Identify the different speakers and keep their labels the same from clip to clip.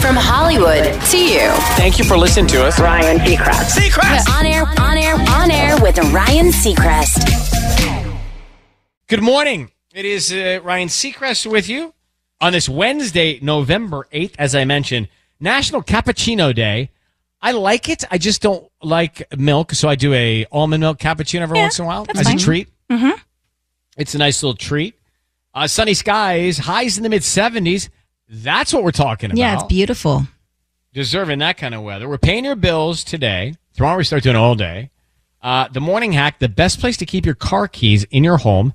Speaker 1: From Hollywood to you.
Speaker 2: Thank you for listening to us.
Speaker 3: Ryan Seacrest.
Speaker 1: Seacrest! On air, on air, on air with Ryan Seacrest.
Speaker 2: Good morning. It is uh, Ryan Seacrest with you on this Wednesday, November 8th, as I mentioned, National Cappuccino Day. I like it. I just don't like milk, so I do a almond milk cappuccino every once in a while
Speaker 4: that's
Speaker 2: as
Speaker 4: fine.
Speaker 2: a treat. Mm-hmm. It's a nice little treat. Uh, sunny skies, highs in the mid 70s. That's what we're talking about.
Speaker 4: Yeah, it's beautiful.
Speaker 2: deserving that kind of weather. We're paying your bills today. Tomorrow we start doing it all day. Uh, the morning hack: the best place to keep your car keys in your home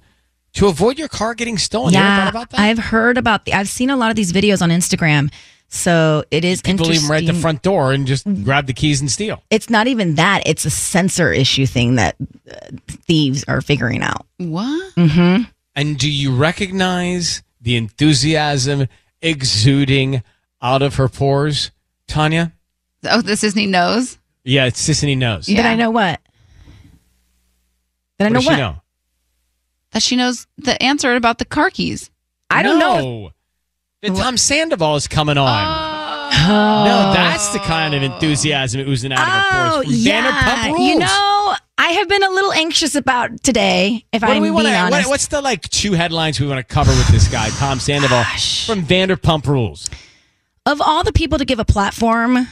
Speaker 2: to avoid your car getting stolen. you ever
Speaker 4: yeah,
Speaker 2: thought about that?
Speaker 4: I've heard about the. I've seen a lot of these videos on Instagram, so it is
Speaker 2: People leave
Speaker 4: interesting. Mm.
Speaker 2: them right at the front door and just grab the keys and steal.
Speaker 4: It's not even that; it's a sensor issue thing that uh, thieves are figuring out.
Speaker 5: What?
Speaker 2: And do you recognize the enthusiasm exuding out of her pores, Tanya?
Speaker 5: Oh, the Disney nose.
Speaker 2: Yeah, it's Sissany knows.
Speaker 5: Yeah.
Speaker 4: Then I know what. Then I
Speaker 2: What
Speaker 4: know
Speaker 2: does she
Speaker 4: what.
Speaker 2: know?
Speaker 5: That she knows the answer about the car keys.
Speaker 4: I don't know.
Speaker 2: know. The Tom Sandoval is coming on.
Speaker 4: Oh.
Speaker 2: No, that's the kind of enthusiasm oozing out of her
Speaker 4: Oh
Speaker 2: pores.
Speaker 4: yeah,
Speaker 2: Vanderpump Rules.
Speaker 4: you know, I have been a little anxious about today. If
Speaker 2: What
Speaker 4: I'm
Speaker 2: do we
Speaker 4: being
Speaker 2: want to?
Speaker 4: honest,
Speaker 2: What, what's the like two headlines we want to cover with this guy, Tom Sandoval from Vanderpump Rules?
Speaker 4: of all the people to give a platform,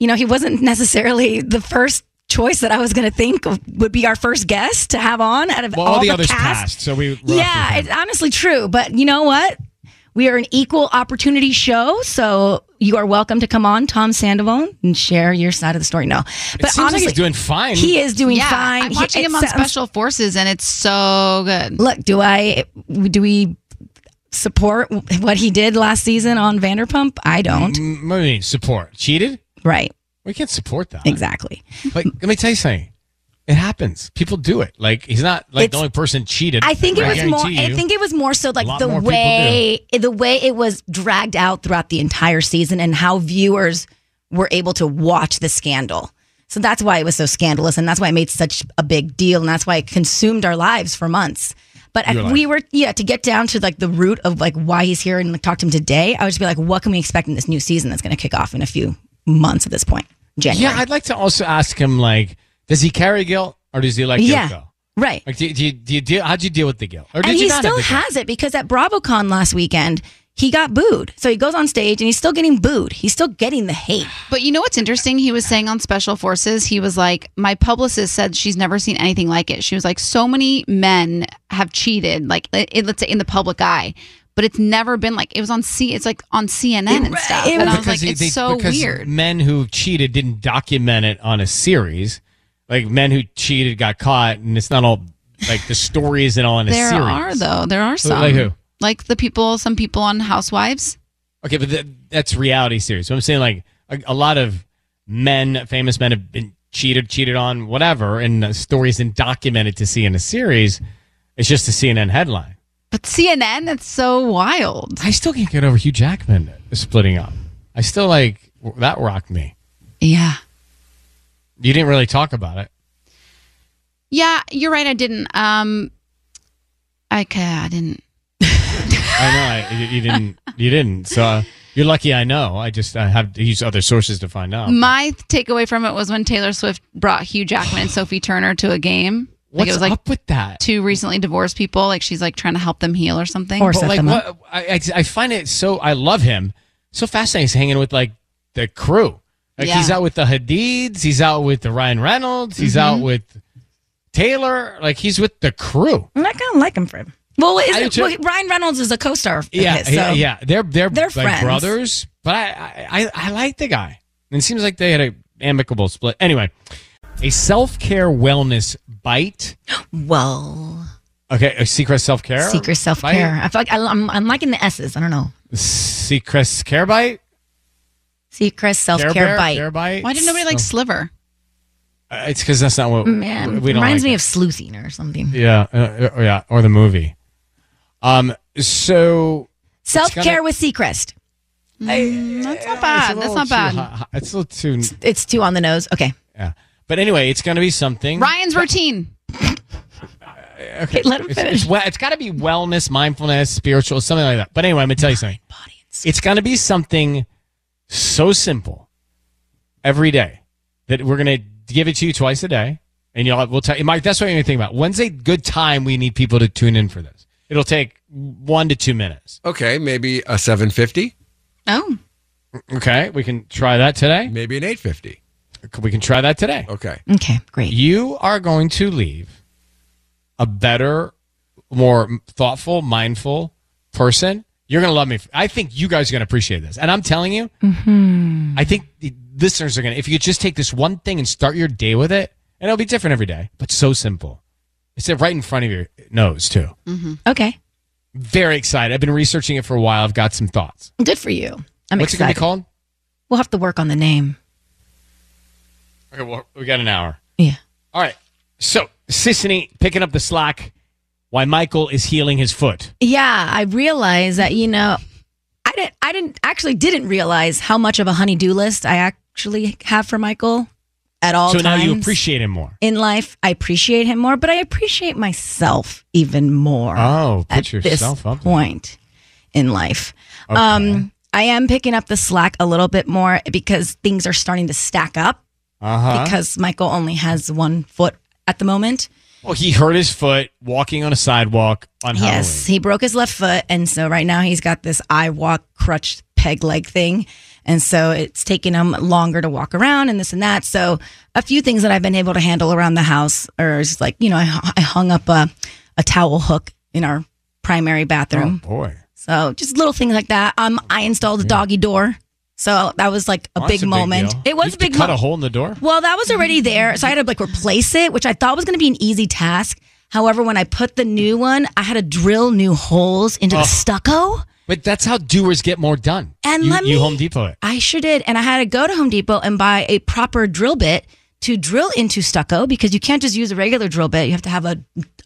Speaker 4: you know, he wasn't necessarily the first choice that I was going to think of- would be our first guest to have on out of
Speaker 2: Well,
Speaker 4: all,
Speaker 2: all the, others
Speaker 4: cast.
Speaker 2: passed, so we. we're off
Speaker 4: Yeah,
Speaker 2: with
Speaker 4: it's
Speaker 2: him.
Speaker 4: honestly true. But you know what? We are an equal opportunity show, so you are welcome to come on, Tom Sandoval, and share your side of the story. No,
Speaker 2: it seems like he's doing fine.
Speaker 4: he is doing
Speaker 5: yeah,
Speaker 4: fine.
Speaker 5: I'm
Speaker 4: He-
Speaker 5: watching
Speaker 4: it
Speaker 5: him on
Speaker 4: sounds-
Speaker 5: Special Forces, and it's so good.
Speaker 4: Look, do I do we support what he did last season on Vanderpump? I don't.
Speaker 2: M- what do you mean, support cheated.
Speaker 4: Right.
Speaker 2: We can't support that.
Speaker 4: Exactly.
Speaker 2: But let me tell you something. It happens. People do it. Like he's not like the
Speaker 4: It's-
Speaker 2: only person cheated.
Speaker 4: I think it
Speaker 2: I
Speaker 4: was more.
Speaker 2: guarantee
Speaker 4: I
Speaker 2: you.
Speaker 4: think it was more so like
Speaker 2: lot
Speaker 4: the
Speaker 2: more people
Speaker 4: way the way it was dragged out throughout the entire season and how viewers were able to watch the scandal. So that's why it was so scandalous, and that's why it made such a big deal, and that's why it consumed our lives for months. But if
Speaker 2: Your life.
Speaker 4: we were, yeah, to get down to like the root of like why he's here and like, talk to him today, I would just be like, what can we expect in this new season that's going to kick off in a few months at this point, January?
Speaker 2: Yeah, I'd like to also ask him like, does he carry guilt or does he let guilt
Speaker 4: Yeah.
Speaker 2: go?
Speaker 4: right.
Speaker 2: Like, do, do you do you deal? How'd you deal with the guilt? Or did
Speaker 4: and
Speaker 2: you
Speaker 4: he
Speaker 2: not have
Speaker 4: still
Speaker 2: the guilt?
Speaker 4: has it because at BravoCon last weekend, he got booed. So he goes on stage and he's still getting booed. He's still getting the hate.
Speaker 5: But you know what's interesting? He was saying on Special Forces, he was like, My publicist said she's never seen anything like it. She was like, So many men have cheated, like, it, it- let's say in the public eye, but it's never been like, it was on C, it's like on CNN and stuff.
Speaker 4: it
Speaker 5: and I
Speaker 4: was-
Speaker 5: was like,
Speaker 2: he-
Speaker 5: It's
Speaker 2: they-
Speaker 5: so
Speaker 2: because
Speaker 5: weird.
Speaker 2: Men who cheated didn't document it on a series. Like men who cheated got caught, and it's not all like the story isn't all in a
Speaker 5: there
Speaker 2: series.
Speaker 5: are, though. There are some.
Speaker 2: like who?
Speaker 5: Like the people, some people on Housewives.
Speaker 2: Okay, but th- that's reality series. So I'm saying like a, a lot of men, famous men, have been cheated, cheated on, whatever, and the story isn't documented to see in a series. It's just a CNN headline.
Speaker 5: But CNN, that's so wild.
Speaker 2: I still can't get over Hugh Jackman splitting up. I still like that rocked me.
Speaker 5: Yeah.
Speaker 2: You didn't really talk about it.
Speaker 5: Yeah, you're right. I didn't. Um, okay, I didn't.
Speaker 2: I know I, you- you didn't. You didn't. So uh, you're lucky. I know. I just I have to use other sources to find out.
Speaker 5: My takeaway from it was when Taylor Swift brought Hugh Jackman and Sophie Turner to a game. like
Speaker 2: What's
Speaker 5: it was like
Speaker 2: up with that?
Speaker 5: two recently divorced people. Like she's like trying to help them heal or something.
Speaker 4: Or
Speaker 2: But
Speaker 4: set
Speaker 2: like,
Speaker 4: them up.
Speaker 2: what, I, I I find it so. I love him. So fascinating. He's hanging with like the crew. Like he's
Speaker 5: Yeah.
Speaker 2: out with the Hadids. He's out with the Ryan Reynolds. He's out
Speaker 5: Mm-hmm.
Speaker 2: with Taylor. Like he's with the crew.
Speaker 4: I'm not gonna like him for him. Well, is
Speaker 2: I do
Speaker 4: it,
Speaker 2: too.
Speaker 4: well Ryan Reynolds is a co-star. Of
Speaker 2: Yeah,
Speaker 4: his, so.
Speaker 2: yeah, yeah. They're they're,
Speaker 4: They're
Speaker 2: like
Speaker 4: friends.
Speaker 2: brothers. But I, I I I like the guy. And it seems like they had a amicable split. Anyway, a self care wellness bite.
Speaker 4: Well,
Speaker 2: Okay, a secret self care.
Speaker 4: secret self-care. I feel like I, am I'm liking the S's. I don't know.
Speaker 2: Secret care bite.
Speaker 4: Secret self-care
Speaker 2: Bear,
Speaker 4: bite.
Speaker 2: Care bite.
Speaker 5: Why did nobody like Sliver?
Speaker 2: Uh, it's because that's not what
Speaker 4: Mm, Man,
Speaker 2: we- we don't
Speaker 4: reminds
Speaker 2: like
Speaker 4: me
Speaker 2: it.
Speaker 4: of sleuthing or something.
Speaker 2: Yeah, uh, uh, yeah, or the movie. Um. So
Speaker 4: Self-care with Seacrest.
Speaker 5: That's not bad. That's not bad.
Speaker 2: It's a little too.
Speaker 4: It's two on the nose. Okay,
Speaker 2: Yeah. But anyway, it's going to be something.
Speaker 5: Ryan's routine.
Speaker 4: okay let him
Speaker 2: It's,
Speaker 4: finish.
Speaker 2: it's, we- it's got to be wellness, mindfulness, spiritual, something like that. But anyway, I'm going to tell you something. It's going to be something so simple every day that we're going to give it to you twice a day. And you'll, we'll tell you, Mike, that's what you're going to think about. When's a good time we need people to tune in for this? It'll take one to two minutes.
Speaker 6: Oh.
Speaker 3: Okay, maybe a 750,
Speaker 5: Oh,
Speaker 2: Okay. We can try that today.
Speaker 3: maybe an 850.
Speaker 2: We can try that today.
Speaker 3: Okay.
Speaker 4: Okay, great.
Speaker 2: You are going to leave a better, more thoughtful, mindful person. You're going to love me. I think you guys are going to appreciate this. And I'm telling you,
Speaker 4: Mm-hmm.
Speaker 2: I think the listeners are going to, if you could just take this one thing and start your day with it, and it'll be different every day, but so simple. It's right in front of your nose, too.
Speaker 4: Okay,
Speaker 2: Very excited. I've been researching it for a while. I've got some thoughts.
Speaker 4: good for you. I'm
Speaker 2: What's it going to
Speaker 4: excited.
Speaker 2: be called?
Speaker 4: We'll have to work on the name.
Speaker 2: Okay, well, we got an hour.
Speaker 4: Yeah.
Speaker 2: All right. So, Sissany picking up the slack. Why Michael is healing his foot.
Speaker 4: Yeah, I realized that you know, I didn't. I didn't actually didn't realize how much of a honey-do list I actually have for Michael at all.
Speaker 2: so now you
Speaker 4: times.
Speaker 2: appreciate him more.
Speaker 4: in life, I appreciate him more, but I appreciate myself even more.
Speaker 2: Oh, put
Speaker 4: at
Speaker 2: yourself
Speaker 4: this
Speaker 2: up there.
Speaker 4: point in life. Um, I am picking up the slack a little bit more because things are starting to stack up
Speaker 2: Uh huh.
Speaker 4: because Michael only has one foot at the moment.
Speaker 2: Well, Oh, he hurt his foot walking on a sidewalk on
Speaker 4: Yes, he broke his left foot, and so right now he's got this I walk crutch peg leg thing, and so it's taking him longer to walk around and this and that. So a few things that I've been able to handle around the house are just like you know I, I hung up a a towel hook in our primary
Speaker 2: Halloween.
Speaker 4: bathroom,
Speaker 2: Oh boy,
Speaker 4: so just little things like that. Um, I installed a doggy door, so that was like a
Speaker 2: Well, that's
Speaker 4: big moment.
Speaker 2: deal.
Speaker 4: it
Speaker 2: You
Speaker 4: was
Speaker 2: have
Speaker 4: a
Speaker 2: to
Speaker 4: big
Speaker 2: Cut
Speaker 4: mo-
Speaker 2: a hole in the door.
Speaker 4: well, that was already there, so I had to like replace it, which I thought was going to be an easy task. However, when I put the new one, I had to drill new holes into
Speaker 2: Oh.
Speaker 4: the stucco.
Speaker 2: But that's how doers get more done.
Speaker 4: And
Speaker 2: you,
Speaker 4: let
Speaker 2: you
Speaker 4: me-
Speaker 2: Home Depot it.
Speaker 4: I sure did, and I had to go to Home Depot and buy a proper drill bit to drill into stucco because you can't just use a regular drill bit. You have to have a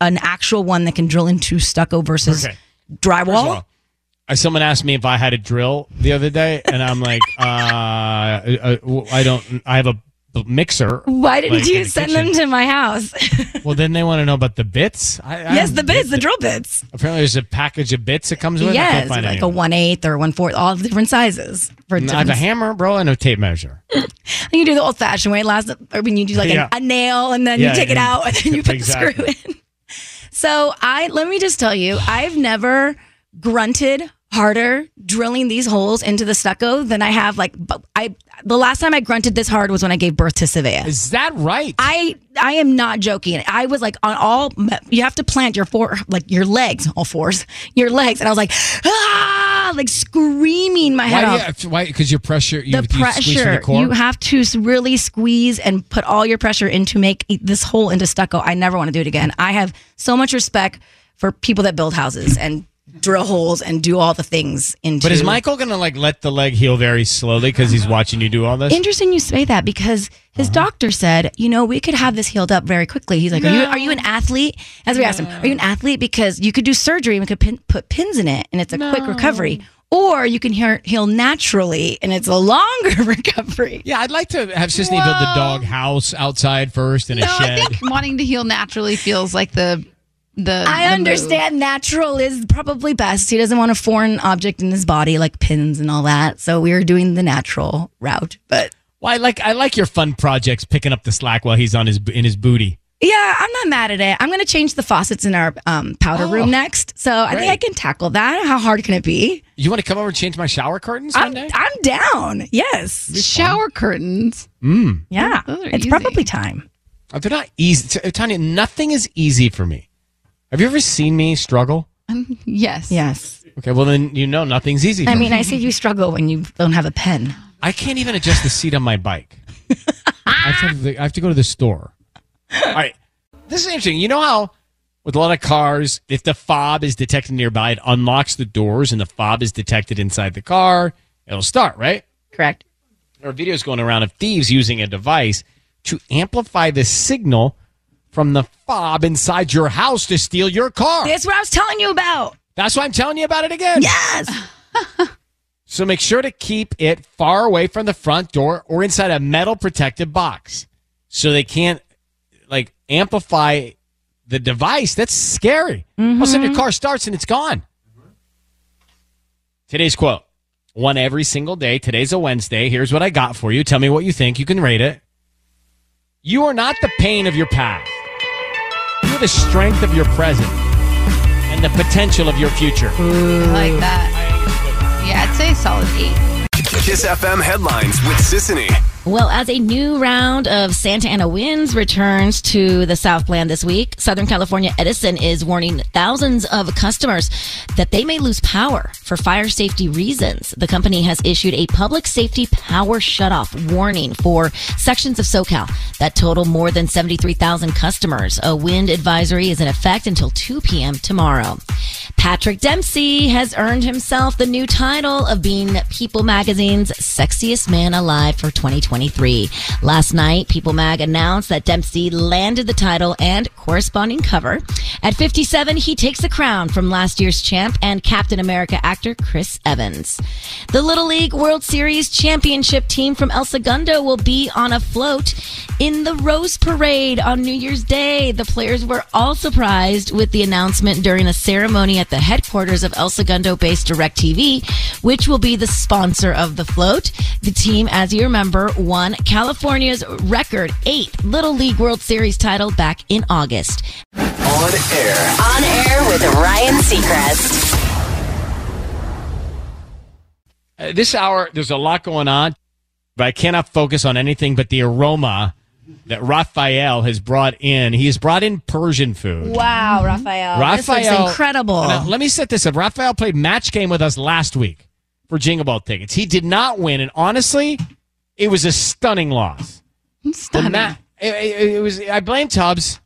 Speaker 4: an actual one that can drill into stucco versus
Speaker 2: Okay. First of
Speaker 4: drywall.
Speaker 2: all, uh, Someone asked me if I had a drill the other day, and I'm like, uh, uh, w- I don't. I have a b- mixer.
Speaker 4: Why didn't
Speaker 2: like, in
Speaker 4: you
Speaker 2: the
Speaker 4: send
Speaker 2: kitchen.
Speaker 4: them to my house?
Speaker 2: Well, then they want to know about the bits. I, I
Speaker 4: yes,
Speaker 2: don't
Speaker 4: the
Speaker 2: get
Speaker 4: bits, the
Speaker 2: that.
Speaker 4: drill bits.
Speaker 2: Apparently, there's a package of bits that comes with. it. I
Speaker 4: Yes,
Speaker 2: can't find
Speaker 4: like
Speaker 2: any
Speaker 4: a
Speaker 2: of them.
Speaker 4: one eighth or one fourth, all the different sizes. For
Speaker 2: I have
Speaker 4: different
Speaker 2: a hammer, bro, and a tape measure.
Speaker 4: You do the old fashioned way. Last, or when you do like
Speaker 2: Yeah.
Speaker 4: a, a nail and then
Speaker 2: Yeah,
Speaker 4: you take it
Speaker 2: and-
Speaker 4: out and then you put
Speaker 2: Exactly.
Speaker 4: the screw in. So I let me just tell you, I've never grunted harder drilling these holes into the stucco than I have. Like, bu- I the last time I grunted this hard was when I gave birth to Savea.
Speaker 2: Is that right?
Speaker 4: I I am not joking. I was like on all. You have to plant your four like your legs, all fours, your legs, and I was like ah, like screaming my head off
Speaker 2: why? do you- Why? Because your pressure. You,
Speaker 4: the
Speaker 2: you squeeze from
Speaker 4: pressure.
Speaker 2: the core?
Speaker 4: You have to s- really squeeze and put all your pressure in to make e- this hole into stucco. I never want to do it again. I have so much respect for people that build houses and drill holes and do all the things into.
Speaker 2: but is Michael gonna like let the leg heal very slowly because he's watching you do all this?
Speaker 4: Interesting you say that because his
Speaker 2: Uh-huh.
Speaker 4: doctor said, you know, we could have this healed up very quickly. He's like, are you are you an athlete? As we asked him, are you an athlete? Because you could do surgery and we could pin, put pins in it and it's a quick recovery. Or you can hear, heal naturally and it's a longer recovery.
Speaker 2: yeah, I'd like to have Sisney build the dog house outside first in a
Speaker 5: No,
Speaker 2: shed.
Speaker 5: I think wanting to heal naturally feels like the the. the
Speaker 4: I
Speaker 5: move.
Speaker 4: understand natural is probably best. He doesn't want a foreign object in his body like pins and all that. So we were doing the natural route. But
Speaker 2: Well, I like I like your fun projects picking up the slack while he's on his in his booty.
Speaker 4: yeah, I'm not mad at it. I'm going to change the faucets in our um, powder room next. So I think I
Speaker 2: great.
Speaker 4: can tackle that. How hard can it be?
Speaker 2: You want to come over and change my shower curtains
Speaker 4: I'm,
Speaker 2: one day?
Speaker 4: I'm down. Yes.
Speaker 5: Shower curtains.
Speaker 4: Yeah.
Speaker 5: Those are
Speaker 4: It's
Speaker 5: easy.
Speaker 4: probably time.
Speaker 2: Uh, They're not easy. T- Tanya, nothing is easy for me. Have you ever seen me struggle?
Speaker 5: Yes.
Speaker 4: Yes.
Speaker 2: Okay, well then you know nothing's easy. For
Speaker 4: I
Speaker 2: me.
Speaker 4: mean, I see you struggle when you don't have a pen.
Speaker 2: I can't even adjust the seat on my bike. I, have to, I have to go to the store. All right. This is interesting. You know how, with a lot of cars, if the fob is detected nearby, it unlocks the doors and the fob is detected inside the car, it'll start, right?
Speaker 4: Correct.
Speaker 2: There are videos going around of thieves using a device to amplify the signal from the fob inside your house to steal your car.
Speaker 4: That's what I was telling you about.
Speaker 2: That's why I'm telling you about it again.
Speaker 4: Yes.
Speaker 2: So make sure to keep it far away from the front door or inside a metal protective box so they can't like amplify the device. That's scary. All of a sudden your car starts and it's gone. Mm-hmm. Today's quote one every single day. Today's a Wednesday. Here's what I got for you. Tell me what you think. You can rate it. You are not the pain of your past, you're the strength of your present and the potential of your future.
Speaker 5: I like that. Yeah, I'd say a solid eight.
Speaker 7: Kiss FM headlines with Sissany.
Speaker 1: Well, as a new round of Santa Ana winds returns to the Southland this week, Southern California Edison is warning thousands of customers that they may lose power for fire safety reasons. The company has issued a public safety power shutoff warning for sections of SoCal that total more than 73,000 customers. A wind advisory is in effect until 2 p.m. tomorrow. Patrick Dempsey has earned himself the new title of being People Magazine's Sexiest Man Alive for 2023. Last night, People Mag announced that Dempsey landed the title and corresponding cover. At 57, he takes the crown from last year's champ and Captain America actor Chris Evans. The Little League World Series championship team from El Segundo will be on a float in the Rose Parade on New Year's Day. The players were all surprised with the announcement during a ceremony at the headquarters of El Segundo based DirecTV, which will be the sponsor of the float. The team, as you remember, won California's record eighth Little League World Series title back in August.
Speaker 7: On air.
Speaker 1: On air with Ryan Seacrest.
Speaker 2: Uh, this hour, there's a lot going on, but I cannot focus on anything but the aroma that Raphael has brought in. He has brought in Persian food.
Speaker 4: Wow, Mm-hmm. Raphael. Uh, This looks
Speaker 2: Raphael-
Speaker 4: incredible.
Speaker 2: Now, let me set this up. Raphael played match game with us last week for Jingle Ball tickets. He did not win, and honestly, it was a stunning loss. The
Speaker 5: Stunning.
Speaker 2: ma- it, it- it was. I blame Tubbs.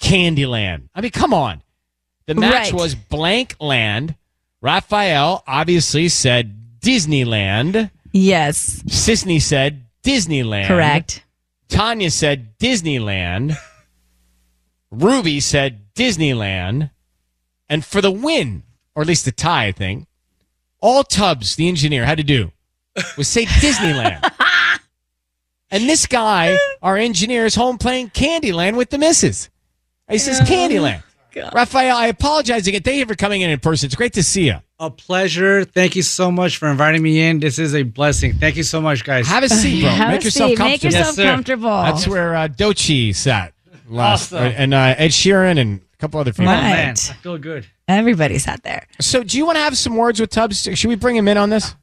Speaker 2: Candyland. I mean, come on. The match
Speaker 4: Right.
Speaker 2: was blank land. Raphael obviously said Disneyland.
Speaker 4: Yes,
Speaker 2: Sisney said Disneyland.
Speaker 4: correct.
Speaker 2: Tanya said Disneyland. Ruby said Disneyland. And for the win, or at least the tie, I think, all Tubbs, the engineer, had to do was say Disneyland. and this guy, our engineer, is home playing Candyland with the missus. He says Candyland. Raphael, I apologize again. Thank you for coming in in person. It's great to see you.
Speaker 8: A pleasure. Thank you so much for inviting me in. This is a blessing. Thank you so much, guys.
Speaker 2: Have a seat, bro.
Speaker 4: Have
Speaker 2: Make
Speaker 4: a
Speaker 2: yourself
Speaker 4: seat.
Speaker 2: comfortable.
Speaker 4: Make yourself
Speaker 8: sir.
Speaker 4: comfortable.
Speaker 2: That's where uh, Dochi sat last,
Speaker 8: Awesome.
Speaker 2: and uh, Ed Sheeran and couple other
Speaker 4: Right.
Speaker 2: people.
Speaker 8: Oh, I feel good.
Speaker 4: Everybody's out there.
Speaker 2: So, do you want to have some words with Tubbs? Should we bring him in on this?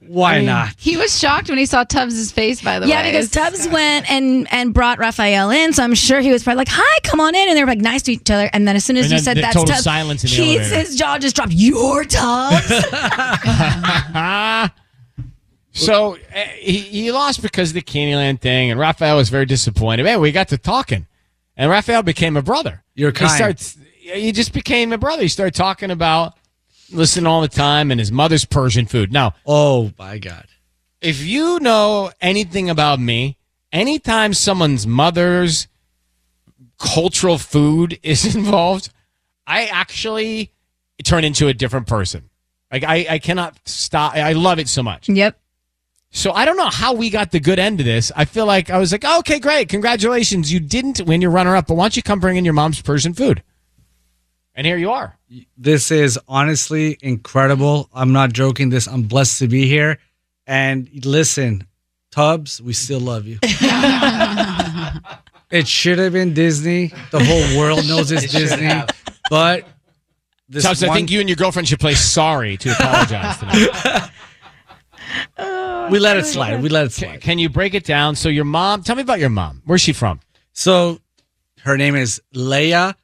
Speaker 8: Why not?
Speaker 5: He was shocked when he saw Tubbs's face, by the
Speaker 4: yeah,
Speaker 5: way.
Speaker 4: because Tubbs went and and brought Raphael in, so I'm sure he was probably like, "Hi, come on in," and they were like nice to each other. And then as soon as
Speaker 2: And
Speaker 4: you
Speaker 2: then
Speaker 4: said
Speaker 2: the
Speaker 4: that's
Speaker 2: total
Speaker 4: Tubbs,
Speaker 2: silence in the
Speaker 4: he-
Speaker 2: elevator.
Speaker 4: his jaw just dropped. Your Tubbs.
Speaker 2: So uh, he, he lost because of the Candyland thing, and Raphael was very disappointed. Man, we got to talking, and Raphael became a brother.
Speaker 8: You're kind.
Speaker 2: He starts. He just became a brother. He started talking about listening all the time and his mother's Persian food. Now,
Speaker 8: Oh my God.
Speaker 2: if you know anything about me, anytime someone's mother's cultural food is involved, I actually turn into a different person. Like I, I cannot stop. I love it so much.
Speaker 4: yep.
Speaker 2: So I don't know how we got the good end of this. I feel like I was like, oh, okay, great, congratulations, you didn't win your runner up, but why don't you come bring in your mom's Persian food? And here you are.
Speaker 8: This is honestly incredible. I'm not joking. This I'm blessed to be here. And listen, Tubbs, we still love you. it should have been Disney. The whole world knows it's Disney. But this
Speaker 2: Tubbs, I
Speaker 8: one-
Speaker 2: think you and your girlfriend should play sorry to apologize tonight.
Speaker 8: we let it slide. We let it slide.
Speaker 2: Can you break it down? So your mom, tell me about your mom. Where's she from?
Speaker 8: So her name is Leia.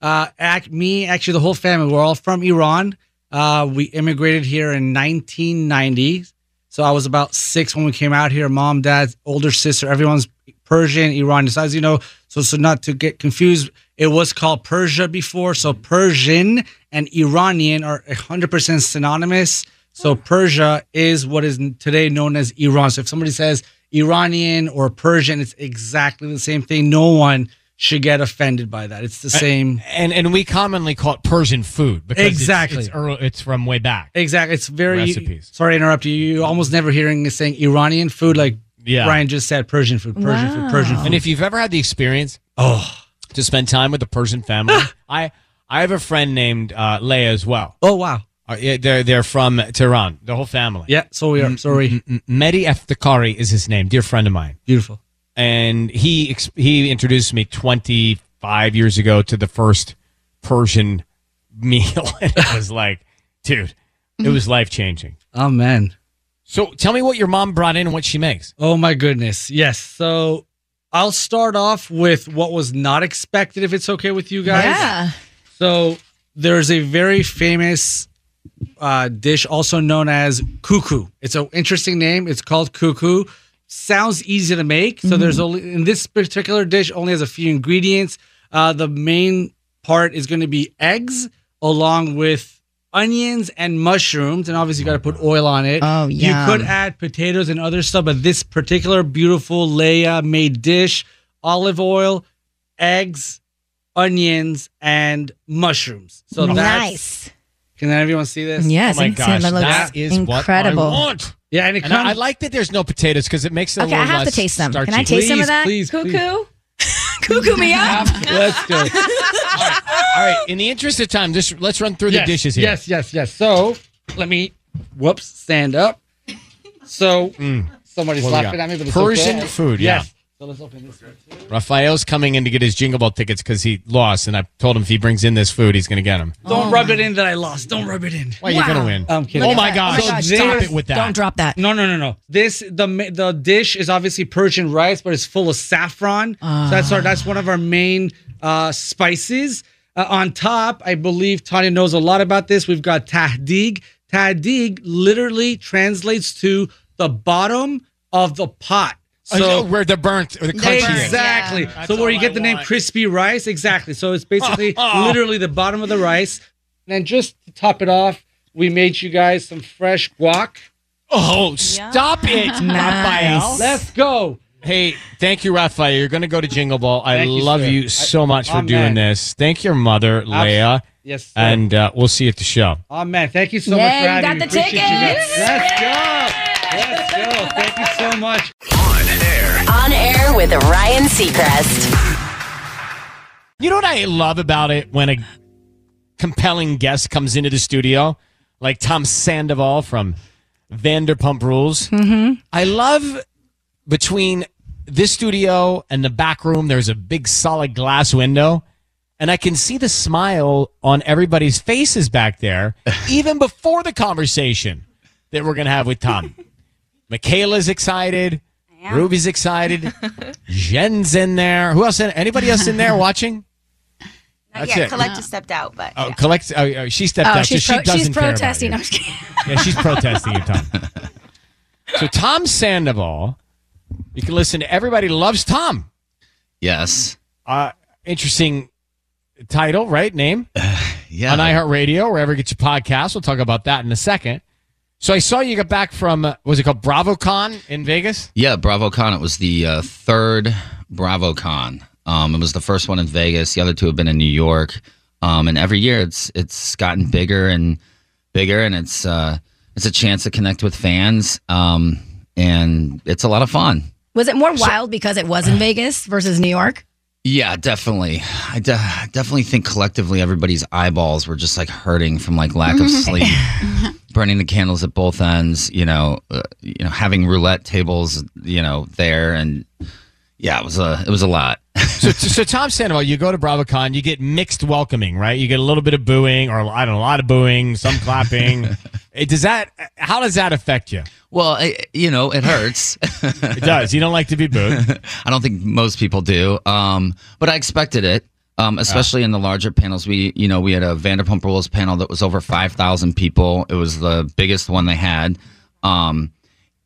Speaker 8: Uh, act, me, actually, the whole family, we're all from Iran. Uh, we immigrated here in 1990. So I was about six when we came out here. Mom, dad, older sister, everyone's Persian, Iran. So as you know, so, so not to get confused, it was called Persia before. So Persian and Iranian are 100% synonymous. So Persia is what is today known as Iran. So if somebody says Iranian or Persian, it's exactly the same thing. No one should get offended by that. It's the same.
Speaker 2: And and we commonly call it Persian food because it's-
Speaker 8: Exactly.
Speaker 2: it's, earl- it's from way back.
Speaker 8: Exactly. It's very
Speaker 2: Recipes.
Speaker 8: Sorry to interrupt you. You almost never hearing it saying Iranian food like
Speaker 2: Yeah.
Speaker 8: Brian just said Persian food, Persian food, Persian food.
Speaker 2: And if you've ever had the experience
Speaker 8: oh.
Speaker 2: to spend time with a Persian family, I I have a friend named uh, Leia as well.
Speaker 8: Oh wow.
Speaker 2: Uh, yeah, they're they're from Tehran, the whole family.
Speaker 8: Yeah, so we are sorry.
Speaker 2: M- Mehdi Eftikhari is his name, dear friend of mine,
Speaker 8: Beautiful.
Speaker 2: and he ex- he introduced me 25 years ago to the first Persian meal, and it was like, dude, it was life changing.
Speaker 8: Oh man.
Speaker 2: So tell me what your mom brought in and what she makes.
Speaker 8: Oh my goodness. Yes. So I'll start off with what was not expected if it's okay with you guys.
Speaker 4: Yeah.
Speaker 8: So there's a very famous uh, dish also known as cuckoo. It's an interesting name. It's called cuckoo. Sounds easy to make. So there's
Speaker 4: Mm-hmm.
Speaker 8: only in this particular dish only has a few ingredients. Uh, the main part is going to be eggs along with onions and mushrooms, and obviously you got to put oil on it. yeah.
Speaker 4: Oh, yum.
Speaker 8: You could add potatoes and other stuff, but this particular beautiful Leia made dish, olive oil, eggs, onions, and mushrooms. So that's
Speaker 4: nice.
Speaker 8: can everyone see this?
Speaker 4: Yes.
Speaker 2: oh my
Speaker 4: and Sam,
Speaker 2: gosh,
Speaker 4: that looks
Speaker 2: that is
Speaker 4: incredible.
Speaker 2: what I want.
Speaker 8: Yeah, and it
Speaker 2: And I, I
Speaker 8: comes.
Speaker 2: like that there's no potatoes because it makes it a
Speaker 4: Okay, I
Speaker 2: little
Speaker 4: have to
Speaker 2: less
Speaker 4: taste some. Can I
Speaker 2: starchy.
Speaker 4: taste some
Speaker 8: Please,
Speaker 4: of that?
Speaker 8: please, please.
Speaker 4: Cuckoo. Cuckoo me up.
Speaker 8: Let's go.
Speaker 2: All right, in the interest of time, just let's run through
Speaker 8: yes,
Speaker 2: the dishes here.
Speaker 8: Yes, yes, yes. So let me. Whoops. Stand up. So somebody's
Speaker 2: Mm. What do we
Speaker 8: laughing
Speaker 2: got?
Speaker 8: at me, but it's
Speaker 2: Persian
Speaker 8: okay.
Speaker 2: food, yeah.
Speaker 8: Yes. So let's open this. one.
Speaker 2: Raphael's coming in to get his jingle ball tickets because he lost, and I told him if he brings in this food, he's going to get him.
Speaker 8: Don't rub it in that I lost. Don't rub it in.
Speaker 2: Why are you going to win?
Speaker 8: I'm kidding.
Speaker 2: Oh
Speaker 8: Look at
Speaker 2: my
Speaker 8: that.
Speaker 2: gosh!
Speaker 8: Oh my gosh,
Speaker 2: Stop
Speaker 8: there's-
Speaker 2: it with that.
Speaker 4: Don't drop that.
Speaker 8: No, no, no, no. This the ma- the dish is obviously Persian rice, but it's full of saffron. so that's our that's one of our main uh, spices. Uh, on top, I believe Tanya knows a lot about this. We've got tahdig. Tahdig literally translates to the bottom of the pot.
Speaker 2: Oh,
Speaker 8: So
Speaker 2: where the burnt, or the crunchy is.
Speaker 8: Exactly.
Speaker 5: Yeah.
Speaker 8: So
Speaker 2: That's
Speaker 8: where you
Speaker 2: all
Speaker 8: get
Speaker 2: I
Speaker 8: the name
Speaker 2: want. Oh.
Speaker 8: crispy rice, exactly. So it's basically literally the bottom of the rice. And then just to top it off, we made you guys some fresh guac.
Speaker 2: Oh, stop it, Raphael!
Speaker 8: Let's go.
Speaker 2: Hey, thank you, Raphael. You're going to go to Jingle Ball. I
Speaker 8: Thank you,
Speaker 2: love
Speaker 8: sir.
Speaker 2: you so much for
Speaker 8: Amen.
Speaker 2: doing this. Thank your mother, Leia,
Speaker 8: Yes, sir.
Speaker 2: and uh, we'll see you at the show.
Speaker 8: oh man, thank you so
Speaker 4: Yeah,
Speaker 8: much for
Speaker 4: you
Speaker 8: having
Speaker 4: got
Speaker 8: me.
Speaker 4: the
Speaker 8: Appreciate you guys.
Speaker 4: tickets.
Speaker 8: Let's go. Let's go. Thank you so much.
Speaker 7: On air.
Speaker 9: On air with Ryan Seacrest.
Speaker 2: You know what I love about it when a compelling guest comes into the studio, like Tom Sandoval from Vanderpump Rules.
Speaker 10: Mm-hmm.
Speaker 2: I love between this studio and the back room. There's a big solid glass window, and I can see the smile on everybody's faces back there, even before the conversation that we're going to have with Tom. Michaela's excited. Ruby's excited. Jen's in there. Who else? In, anybody else in there watching?
Speaker 10: Not
Speaker 2: That's
Speaker 10: yet.
Speaker 2: it.
Speaker 10: Colette just stepped out, but
Speaker 2: Oh, collect. Oh, oh, she stepped out, so she doesn't care about you.
Speaker 10: I'm just kidding.
Speaker 2: Yeah, she's protesting you, Tom. So Tom Sandoval, you can listen to Everybody Loves Tom.
Speaker 11: Yes.
Speaker 2: Uh, interesting title, right? Name?
Speaker 11: Uh, yeah.
Speaker 2: On iHeartRadio, wherever you get your podcast. We'll talk about that in a second. So I saw you got back from, uh, was it called BravoCon in Vegas?
Speaker 11: Yeah, BravoCon. It was the uh, third BravoCon. Um, it was the first one in Vegas. The other two have been in New York. Um, and every year, it's it's gotten bigger and bigger, and it's uh, it's a chance to connect with fans. Um, and it's a lot of fun.
Speaker 4: Was it more wild because it was in Vegas versus New York?
Speaker 11: Yeah, definitely. I de- definitely think collectively everybody's eyeballs were just like hurting from like lack of sleep, burning the candles at both ends. You know, uh, you know, having roulette tables. You know, there and yeah, it was a it was a lot.
Speaker 2: so, so Tom Sandoval, you go to BravoCon, you get mixed welcoming, right? You get a little bit of booing, or I don't know, a lot of booing, some clapping. It- does that? How does that affect you?
Speaker 11: Well, I, you know, it hurts. it
Speaker 2: does. You don't like to be booed.
Speaker 11: I don't think most people do. Um, but I expected it, um,
Speaker 8: Ah.
Speaker 11: especially in the larger panels. We, you know, we had a Vanderpump Rules panel that was over five thousand people. It was the biggest one they had. Um,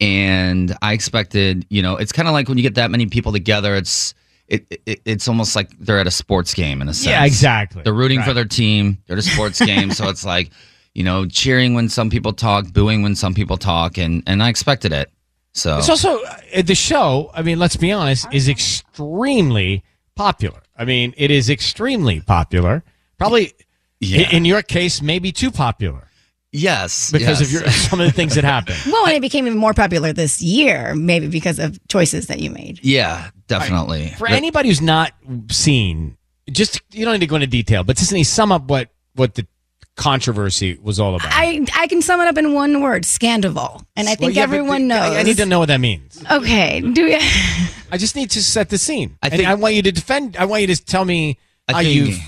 Speaker 11: and I expected, you know, it's kind of like when you get that many people together, it's it, it it's almost like they're at a sports game in a sense.
Speaker 2: Yeah, exactly.
Speaker 11: They're rooting for
Speaker 2: Right.
Speaker 11: their team. They're at a sports game, so it's like, you know, cheering when some people talk, booing when some people talk, and and I expected it. So
Speaker 2: It's also uh, the show. I mean, let's be honest, is extremely popular. I mean, it is extremely popular. Probably,
Speaker 11: Yeah.
Speaker 2: in your case, maybe too popular.
Speaker 11: Yes,
Speaker 2: because of
Speaker 11: yes.
Speaker 2: your some of the things that happen.
Speaker 4: Well, and it became even more popular this year, maybe because of choices that you made.
Speaker 11: yeah, definitely.
Speaker 2: For
Speaker 11: But-
Speaker 2: anybody who's not seen, just you don't need to go into detail, but just can you sum up what what the controversy was all about?
Speaker 4: I I can sum it up in one word: Scandival. And I
Speaker 2: Well,
Speaker 4: think
Speaker 2: yeah, but
Speaker 4: everyone
Speaker 2: the-
Speaker 4: knows.
Speaker 2: I, I need to know what that means.
Speaker 4: Okay, do we?
Speaker 2: I just need to set the scene.
Speaker 11: I
Speaker 2: I
Speaker 11: think-
Speaker 2: I want you to defend. I want you to tell me how
Speaker 11: think-
Speaker 2: you've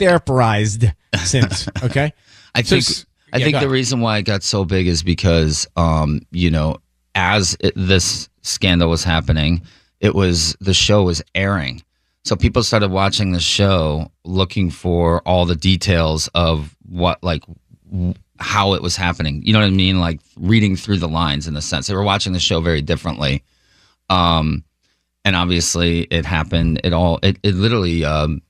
Speaker 2: therapized since. Okay.
Speaker 11: I
Speaker 2: So
Speaker 11: think
Speaker 2: s-
Speaker 11: I
Speaker 2: yeah,
Speaker 11: think
Speaker 2: go
Speaker 11: the
Speaker 2: ahead.
Speaker 11: reason why it got so big is because um, you know, as it, this scandal was happening, it was the show was airing. So people started watching the show looking for all the details of what like w- how it was happening. You know what I mean? Like reading through the lines in a sense. They were watching the show very differently. Um and obviously it happened. It all it, it literally um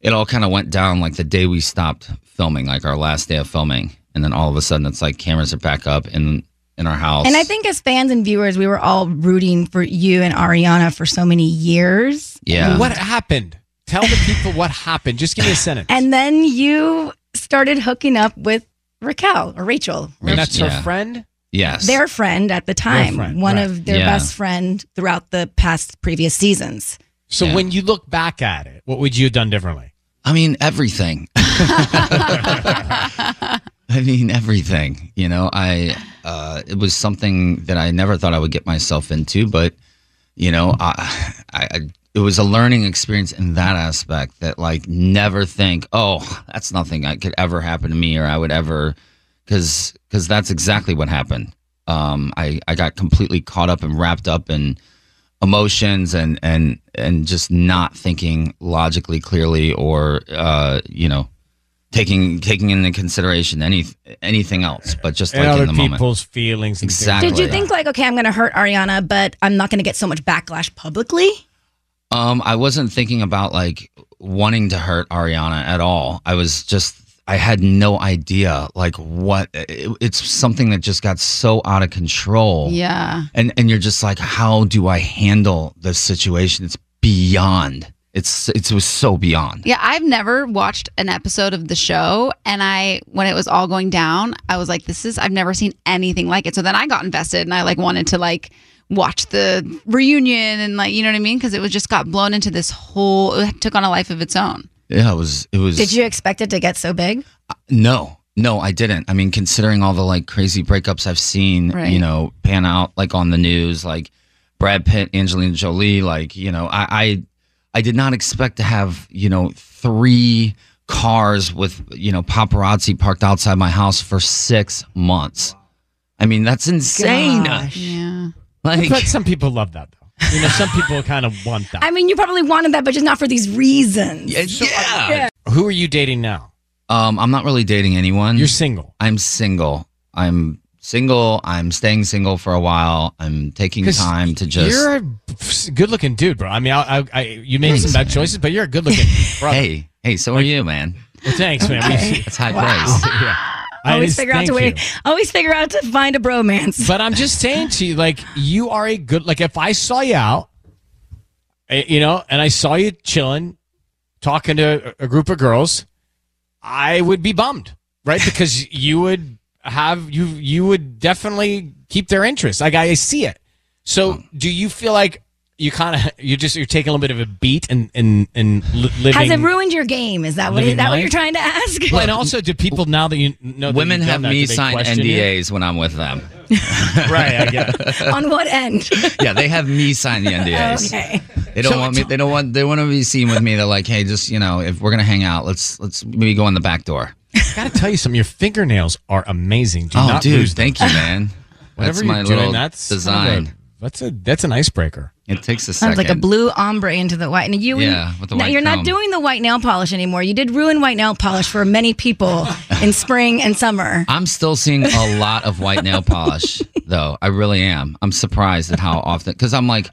Speaker 11: it all kind of went down like the day we stopped filming, like our last day of filming, and then all of a sudden it's like cameras are back up in in our house.
Speaker 4: And I think as fans and viewers, we were all rooting for you and Ariana for so many years.
Speaker 11: yeah,
Speaker 2: What happened? Tell the people what happened. Just give me a sentence.
Speaker 4: And then you started hooking up with Raquel or Rachel.
Speaker 2: and that's her
Speaker 11: yeah.
Speaker 2: friend.
Speaker 11: yes,
Speaker 4: Their friend at the time,
Speaker 2: friend,
Speaker 4: one
Speaker 2: right.
Speaker 4: of their
Speaker 11: Yeah.
Speaker 4: best friend throughout the past previous seasons.
Speaker 2: So
Speaker 11: Yeah.
Speaker 2: when you look back at it, what would you have done differently?
Speaker 11: I mean everything. I mean everything. You know, I uh, it was something that I never thought I would get myself into, but you know, I, I, I it was a learning experience in that aspect that like never think, oh, that's nothing that could ever happen to me or I would ever, because because that's exactly what happened. Um, I I got completely caught up and wrapped up in emotions and and and just not thinking logically clearly or uh you know taking taking into consideration any anything else but just
Speaker 2: And
Speaker 11: like
Speaker 2: other
Speaker 11: in the moment
Speaker 2: people's feelings. And things.
Speaker 11: Exactly.
Speaker 4: Did you think like, okay, I'm going to hurt Ariana, but I'm not going to get so much backlash publicly?
Speaker 11: Um, I wasn't thinking about like wanting to hurt Ariana at all. I was just, I had no idea like what. It, it's something that just got so out of control.
Speaker 5: Yeah.
Speaker 11: And and you're just like, how do I handle this situation? It's beyond. It's it's- it was so beyond.
Speaker 5: Yeah, I've never watched an episode of the show. And I, when it was all going down, I was like, this is, I've never seen anything like it. So then I got invested and I like wanted to like watch the reunion and like, you know what I mean? Cause it was just got blown into this whole, it took on a life of its own.
Speaker 11: Yeah, it was. It was.
Speaker 4: Did you expect it to get so big?
Speaker 11: No, no, I didn't. I mean, considering all the like crazy breakups I've seen,
Speaker 4: Right.
Speaker 11: you know, pan out like on the news, like Brad Pitt, Angelina Jolie, like you know, I I did not expect to have, you know, three cars with, you know, paparazzi parked outside my house for six months. I mean, that's insane.
Speaker 2: Gosh.
Speaker 5: Yeah.
Speaker 11: Like-
Speaker 2: but some people love that though. You know, some people kind of want that.
Speaker 4: I mean, you probably wanted that, but just not for these reasons.
Speaker 11: Yeah.
Speaker 4: Yeah.
Speaker 2: Who are you dating now?
Speaker 11: Um, I'm not really dating anyone.
Speaker 2: You're single.
Speaker 11: I'm single. I'm single. I'm staying single for a while. I'm taking
Speaker 2: 'Cause
Speaker 11: time to just.
Speaker 2: You're a good-looking dude, bro. I mean, I, I, I you made some bad choices, but you're a good-looking brother.
Speaker 11: Hey, hey, so are you, man?
Speaker 2: Well, thanks, man.
Speaker 11: Okay. That's high
Speaker 4: Wow.
Speaker 11: praise.
Speaker 2: I
Speaker 4: Always
Speaker 2: just
Speaker 4: figure out
Speaker 2: thank
Speaker 4: to
Speaker 2: you.
Speaker 4: wait. Always figure out to find a bromance.
Speaker 2: But I'm just saying to you, like, you are a good, like, if I saw you out, eh, you know, and I saw you chilling, talking to a a group of girls, I would be bummed, right? Because you would have, you, you would definitely keep their interest. Like, I see it. So
Speaker 11: Hmm.
Speaker 2: do you feel like you kind of, you just, you're taking a little bit of a beat and, and, and li- living.
Speaker 4: Has it ruined your game? Is that what is
Speaker 2: living
Speaker 4: that what
Speaker 2: life?
Speaker 4: you're trying to ask?
Speaker 2: Well, and also, do people now that you know that
Speaker 11: Women
Speaker 2: you've done
Speaker 11: have
Speaker 2: that,
Speaker 11: me
Speaker 2: do they
Speaker 11: sign
Speaker 2: question
Speaker 11: NDAs
Speaker 2: you?
Speaker 11: when I'm with them.
Speaker 2: right, I get it.
Speaker 4: on what end?
Speaker 11: yeah, they have me sign the NDAs.
Speaker 4: okay.
Speaker 11: They don't
Speaker 2: So
Speaker 11: want me. They don't want. They want to be seen with me. They're like, hey, just you know, if we're gonna hang out, let's let's maybe go in the back door.
Speaker 2: Gotta tell you something. Your fingernails are amazing. Do
Speaker 11: oh,
Speaker 2: not
Speaker 11: dude,
Speaker 2: lose them.
Speaker 11: thank you, man.
Speaker 2: Whatever
Speaker 11: that's
Speaker 2: you're
Speaker 11: my
Speaker 2: doing,
Speaker 11: little
Speaker 2: that's kind of
Speaker 11: design.
Speaker 2: a- that's a that's an icebreaker.
Speaker 11: It takes a
Speaker 4: Sounds
Speaker 11: second.
Speaker 4: like a blue ombre into the white. And you,
Speaker 11: Yeah, with the
Speaker 4: now
Speaker 11: white
Speaker 4: you're
Speaker 11: comb.
Speaker 4: not doing the white nail polish anymore. You did ruin white nail polish for many people in spring and summer.
Speaker 11: I'm still seeing a lot of white nail polish, though. I really am. I'm surprised at how often, because I'm like,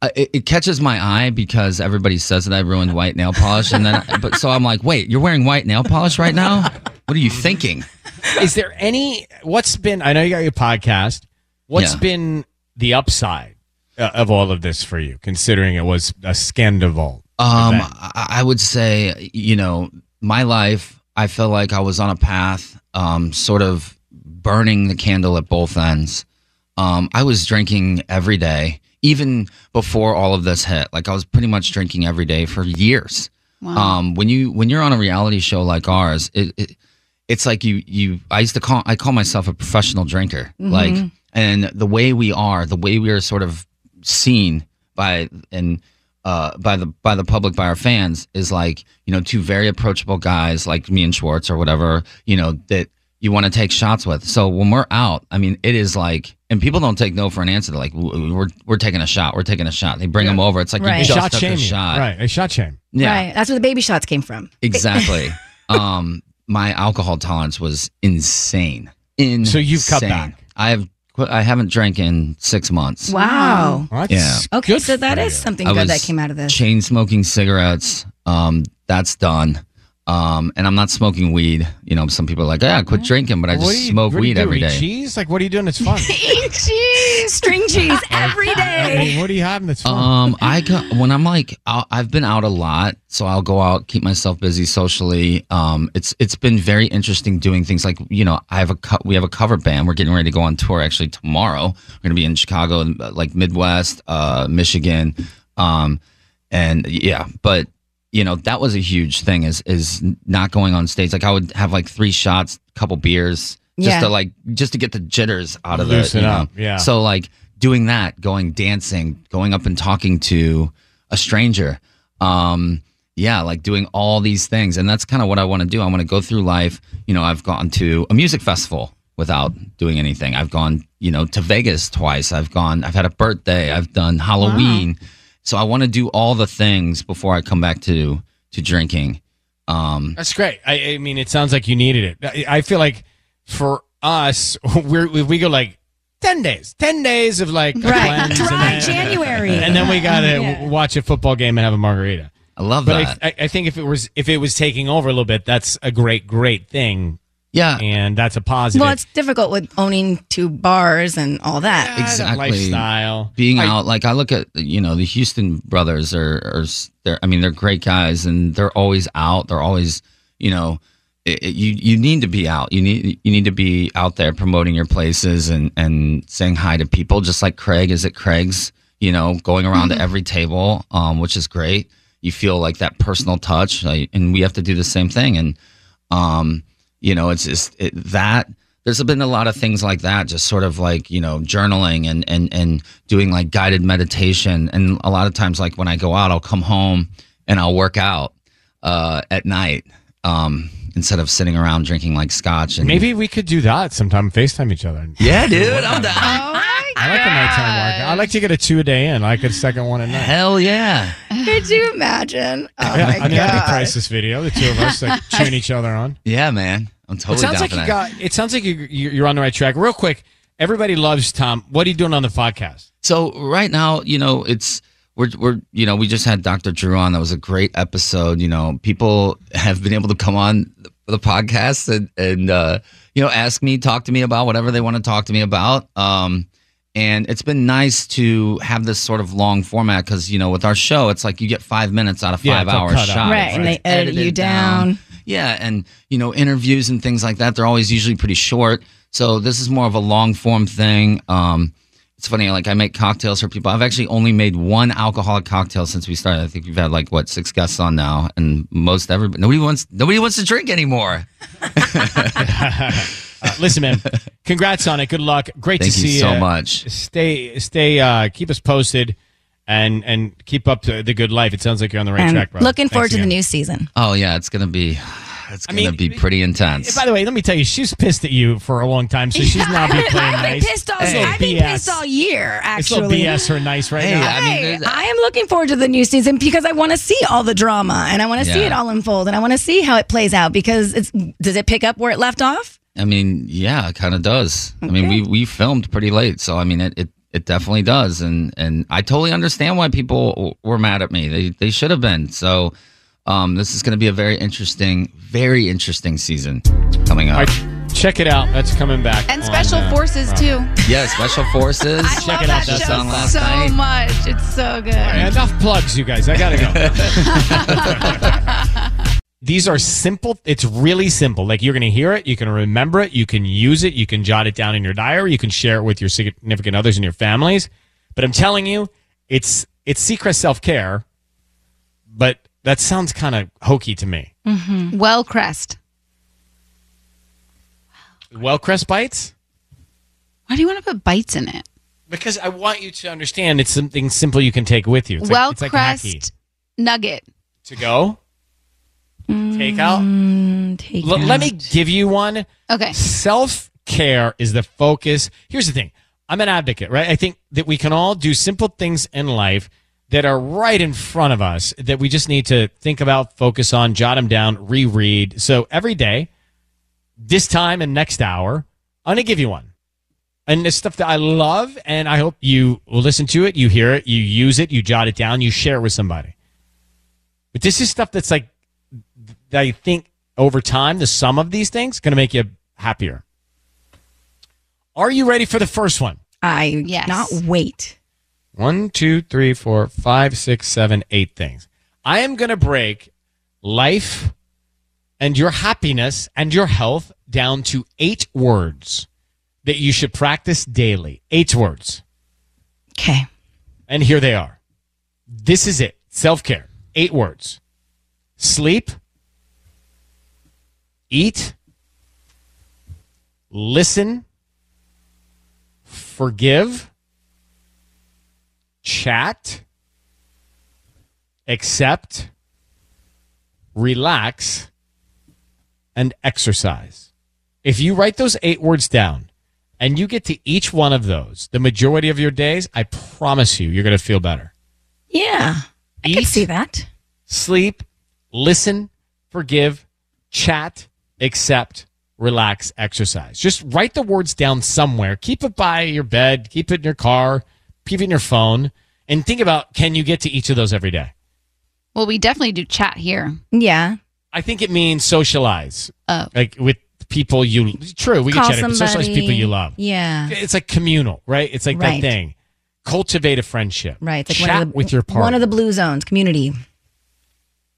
Speaker 11: I- it, it catches my eye because everybody says that I ruined white nail polish, and then, but so I'm like, wait, you're wearing white nail polish right now? What are you thinking?
Speaker 2: Is there any? What's been? I know you got your podcast. What's
Speaker 11: Yeah.
Speaker 2: been the upside uh, of all of this for you, considering it was a scandival?
Speaker 11: Um,
Speaker 2: event?
Speaker 11: I, I would say, you know, my life, I feel like I was on a path, um, sort of burning the candle at both ends. Um, I was drinking every day, even before all of this hit. Like I was pretty much drinking every day for years.
Speaker 5: Wow.
Speaker 11: Um, when you when you're on a reality show like ours, it, it it's like you you. I used to call I call myself a professional drinker. Like
Speaker 4: Mm-hmm.
Speaker 12: Mhm.
Speaker 11: and the way we are, the way we are sort of seen by and uh, by the by the public, by our fans, is like you know two very approachable guys like me and Schwartz or whatever you know that you want to take shots with. So when we're out, I mean, it is like, and people don't take no for an answer. They're like, "W- w- we're we're taking a shot, we're taking a shot. They bring them over. It's like
Speaker 4: Right.
Speaker 11: you just
Speaker 2: shot
Speaker 11: took a
Speaker 2: shaming,
Speaker 11: shot,
Speaker 2: right? A shot shame.
Speaker 11: Yeah,
Speaker 4: Right. That's where the baby shots came from.
Speaker 11: exactly. um, my alcohol tolerance was insane. Insane.
Speaker 2: So you've cut back.
Speaker 11: I have. qu- I haven't drank in six months.
Speaker 4: Wow.
Speaker 2: Well,
Speaker 11: Yeah.
Speaker 2: that's
Speaker 4: Okay,
Speaker 2: good
Speaker 4: so that
Speaker 2: for
Speaker 4: is
Speaker 2: you.
Speaker 4: something
Speaker 11: I
Speaker 4: good
Speaker 11: was
Speaker 4: that came out of this.
Speaker 11: Chain smoking cigarettes. Um, that's done. Um, and I'm not smoking weed. You know, some people are like, yeah, quit drinking, but I
Speaker 2: What
Speaker 11: just
Speaker 2: do you-
Speaker 11: smoke
Speaker 2: what do you
Speaker 11: weed
Speaker 2: do?
Speaker 11: every
Speaker 2: Eat
Speaker 11: day.
Speaker 2: Cheese? Like, what are you doing? It's fun.
Speaker 4: Eat cheese, string cheese every
Speaker 2: I
Speaker 4: day.
Speaker 2: mean, what are you having? That's fun.
Speaker 11: Um, I go- when I'm like i I've been out a lot, so I'll go out, keep myself busy socially. Um, it's it's been very interesting doing things like you know I have a co- we have a cover band. We're getting ready to go on tour actually tomorrow. We're gonna be in Chicago, and, uh, like Midwest, uh, Michigan, um, and yeah, but you know that was a huge thing is is not going on stage. Like I would have like three shots, couple beers, just
Speaker 4: Yeah.
Speaker 11: to like just to get the jitters out of
Speaker 2: Loosen
Speaker 11: the you
Speaker 2: up,
Speaker 11: know.
Speaker 2: yeah.
Speaker 11: So like doing that, going dancing, going up and talking to a stranger. Um, yeah, like doing all these things, and that's kind of what I want to do. I want to go through life. You know, I've gone to a music festival without doing anything. I've gone, you know, to Vegas twice. I've gone. I've had a birthday. I've done Halloween. So I want to do all the things before I come back to to drinking. Um,
Speaker 2: That's great. I, I mean, it sounds like you needed it. I, I feel like for us, we're, we, we go like 10 days, 10 days of like a
Speaker 4: Right.
Speaker 2: cleanse
Speaker 4: Dry
Speaker 2: and then,
Speaker 4: January.
Speaker 2: And then we got to
Speaker 4: Yeah.
Speaker 2: watch a football game and have a margarita.
Speaker 11: I love
Speaker 2: But
Speaker 11: that.
Speaker 2: I, I, I think if it was if it was taking over a little bit, that's a great, great thing.
Speaker 11: yeah,
Speaker 2: And that's a positive
Speaker 4: Well, it's difficult with owning two bars and all that.
Speaker 11: exactly.
Speaker 2: lifestyle.
Speaker 11: being
Speaker 2: I-
Speaker 11: out like i look at you know the houston brothers are are s- they're i mean they're great guys and they're always out they're always you know it, it- you you need to be out you need you need to be out there promoting your places and and saying hi to people just like craig is at craig's you know going around to every table um which is great you feel like that personal touch like, and we have to do the same thing and um you know it's just it, that there's been a lot of things like that, just sort of like you know journaling and and and doing like guided meditation. And a lot of times, like when I go out, I'll come home and I'll work out uh, at night um, instead of sitting around drinking like scotch. And
Speaker 2: Maybe we could do that sometime. Facetime each other.
Speaker 11: yeah, dude, I'm
Speaker 2: down.
Speaker 4: Oh
Speaker 2: I like the nighttime workout. I like to get a two a day in. I like a second one at night.
Speaker 11: Hell yeah!
Speaker 4: Could you imagine? Oh
Speaker 2: yeah,
Speaker 4: my
Speaker 2: I mean, that'd be
Speaker 4: god.
Speaker 2: crisis video. The two of us like chewing each other on.
Speaker 11: Yeah, man, I'm totally
Speaker 2: it sounds
Speaker 11: down
Speaker 2: like
Speaker 11: for
Speaker 2: you
Speaker 11: that.
Speaker 2: got. It sounds like you, you- you're on the right track. Real quick, everybody loves Tom. What are you doing on the podcast?
Speaker 11: So right now, you know, it's we're we're you know we just had Dr. Drew on. That was a great episode. You know, people have been able to come on the podcast and and uh, you know ask me, talk to me about whatever they want to talk to me about. Um, and it's been nice to have this sort of long format because you know with our show, it's like you get five minutes out of
Speaker 12: Yeah,
Speaker 11: five
Speaker 12: it's all
Speaker 11: hours
Speaker 12: cut out,
Speaker 11: shot.
Speaker 4: Right, and they
Speaker 11: It's
Speaker 4: edit you
Speaker 11: edited
Speaker 4: down.
Speaker 11: yeah, and you know, interviews and things like that, they're always usually pretty short. So this is more of a long form thing. Um, it's funny, like I make cocktails for people. I've actually only made one alcoholic cocktail since we started. I think we've had like what six guests on now, and most everybody nobody wants nobody wants to drink anymore.
Speaker 2: Uh, listen, man, congrats on it. Good luck. Great
Speaker 11: Thank
Speaker 2: to
Speaker 11: you
Speaker 2: see
Speaker 11: so much.
Speaker 2: Stay, stay. Uh, keep us posted, and and keep up the, the good life. It sounds like you're on the right
Speaker 4: I'm
Speaker 2: track, brother.
Speaker 4: looking forward
Speaker 2: Thanks
Speaker 4: to the
Speaker 2: again.
Speaker 4: new season.
Speaker 11: Oh yeah, it's gonna be it's gonna be pretty intense.
Speaker 2: By the way, let me tell you, she's pissed at you for a long time, so she's now be playing
Speaker 4: I've been
Speaker 2: nice.
Speaker 4: pissed all.
Speaker 2: It's no
Speaker 4: I've been
Speaker 2: BS.
Speaker 4: pissed all year.
Speaker 2: It's no
Speaker 4: Actually,
Speaker 2: BS her nice right
Speaker 11: Hey,
Speaker 2: now.
Speaker 11: I mean,
Speaker 4: Hey, I am looking forward to the new season because I want to see all the drama and I want to see
Speaker 11: Yeah.
Speaker 4: it all unfold and I want to see how it plays out because it's does it pick up where it left off?
Speaker 11: I mean, yeah, it kind of does. I mean, we we filmed pretty late, so I mean, it, it it definitely does, and and I totally understand why people w- were mad at me. They they should have been. So, um, this is going to be a very interesting, very interesting season coming
Speaker 2: All
Speaker 11: up.
Speaker 2: right, check it out. That's coming back.
Speaker 5: And
Speaker 2: on,
Speaker 5: Special
Speaker 2: uh,
Speaker 5: Forces
Speaker 2: Bravo.
Speaker 5: too.
Speaker 11: Yeah, Special Forces. Check
Speaker 5: That show
Speaker 11: That's on last
Speaker 5: so
Speaker 11: night.
Speaker 5: much. It's so good.
Speaker 2: All right, enough plugs, you guys. I gotta go. These are simple. It's really simple. Like you're gonna hear it, you can remember it, you can use it, you can jot it down in your diary, you can share it with your significant others and your families. But I'm telling you, it's it's secret self care. But that sounds kind of hokey to me.
Speaker 5: Well, Crest.
Speaker 2: Well, crest bites.
Speaker 5: Why do you want to put bites in it?
Speaker 2: Because I want you to understand, it's something simple you can take with you. It's
Speaker 5: well,
Speaker 2: like, it's like
Speaker 5: Crest
Speaker 2: hacky.
Speaker 5: nugget.
Speaker 2: to go. Take out.
Speaker 5: Mm.
Speaker 4: take
Speaker 2: L- let me give you one.
Speaker 5: Okay.
Speaker 2: Self care is the focus. Here's the thing I'm an advocate, right? I think that we can all do simple things in life that are right in front of us that we just need to think about, focus on, jot them down, reread. So every day, this time and next hour, I'm going to give you one. And it's stuff that I love, and I hope you will listen to it, you hear it, you use it, you jot it down, you share it with somebody. But this is stuff that's like that I think over time the sum of these things going to make you happier. Are you ready for the first one?
Speaker 4: I not wait.
Speaker 2: One, two, three, four, five, six, seven, eight things. I am going to break life and your happiness and your health down to eight words that you should practice daily. Eight words.
Speaker 4: Okay.
Speaker 2: And here they are. This is it self care. Eight words sleep, eat, listen, forgive, chat, accept, relax, and exercise. If you write those eight words down and you get to each one of those the majority of your days, I promise you, you're going to feel better.
Speaker 4: Yeah. I can see that.
Speaker 2: Sleep, listen, forgive, chat, accept, relax, exercise. Just write the words down somewhere. Keep it by your bed, keep it in your car, keep it in your phone, and think about can you get to each of those every day?
Speaker 5: Well, we definitely do chat here.
Speaker 4: Yeah.
Speaker 2: I think it means socialize.
Speaker 5: Oh.
Speaker 2: Like with people you true, we
Speaker 4: Call
Speaker 2: can chat it, but socialize with people you love.
Speaker 4: Yeah.
Speaker 2: It's like communal, right? It's like
Speaker 4: Right.
Speaker 2: that thing. Cultivate a friendship.
Speaker 4: Right. It's like
Speaker 2: chat
Speaker 4: one of the,
Speaker 2: with your partner.
Speaker 4: One of the blue zones, community.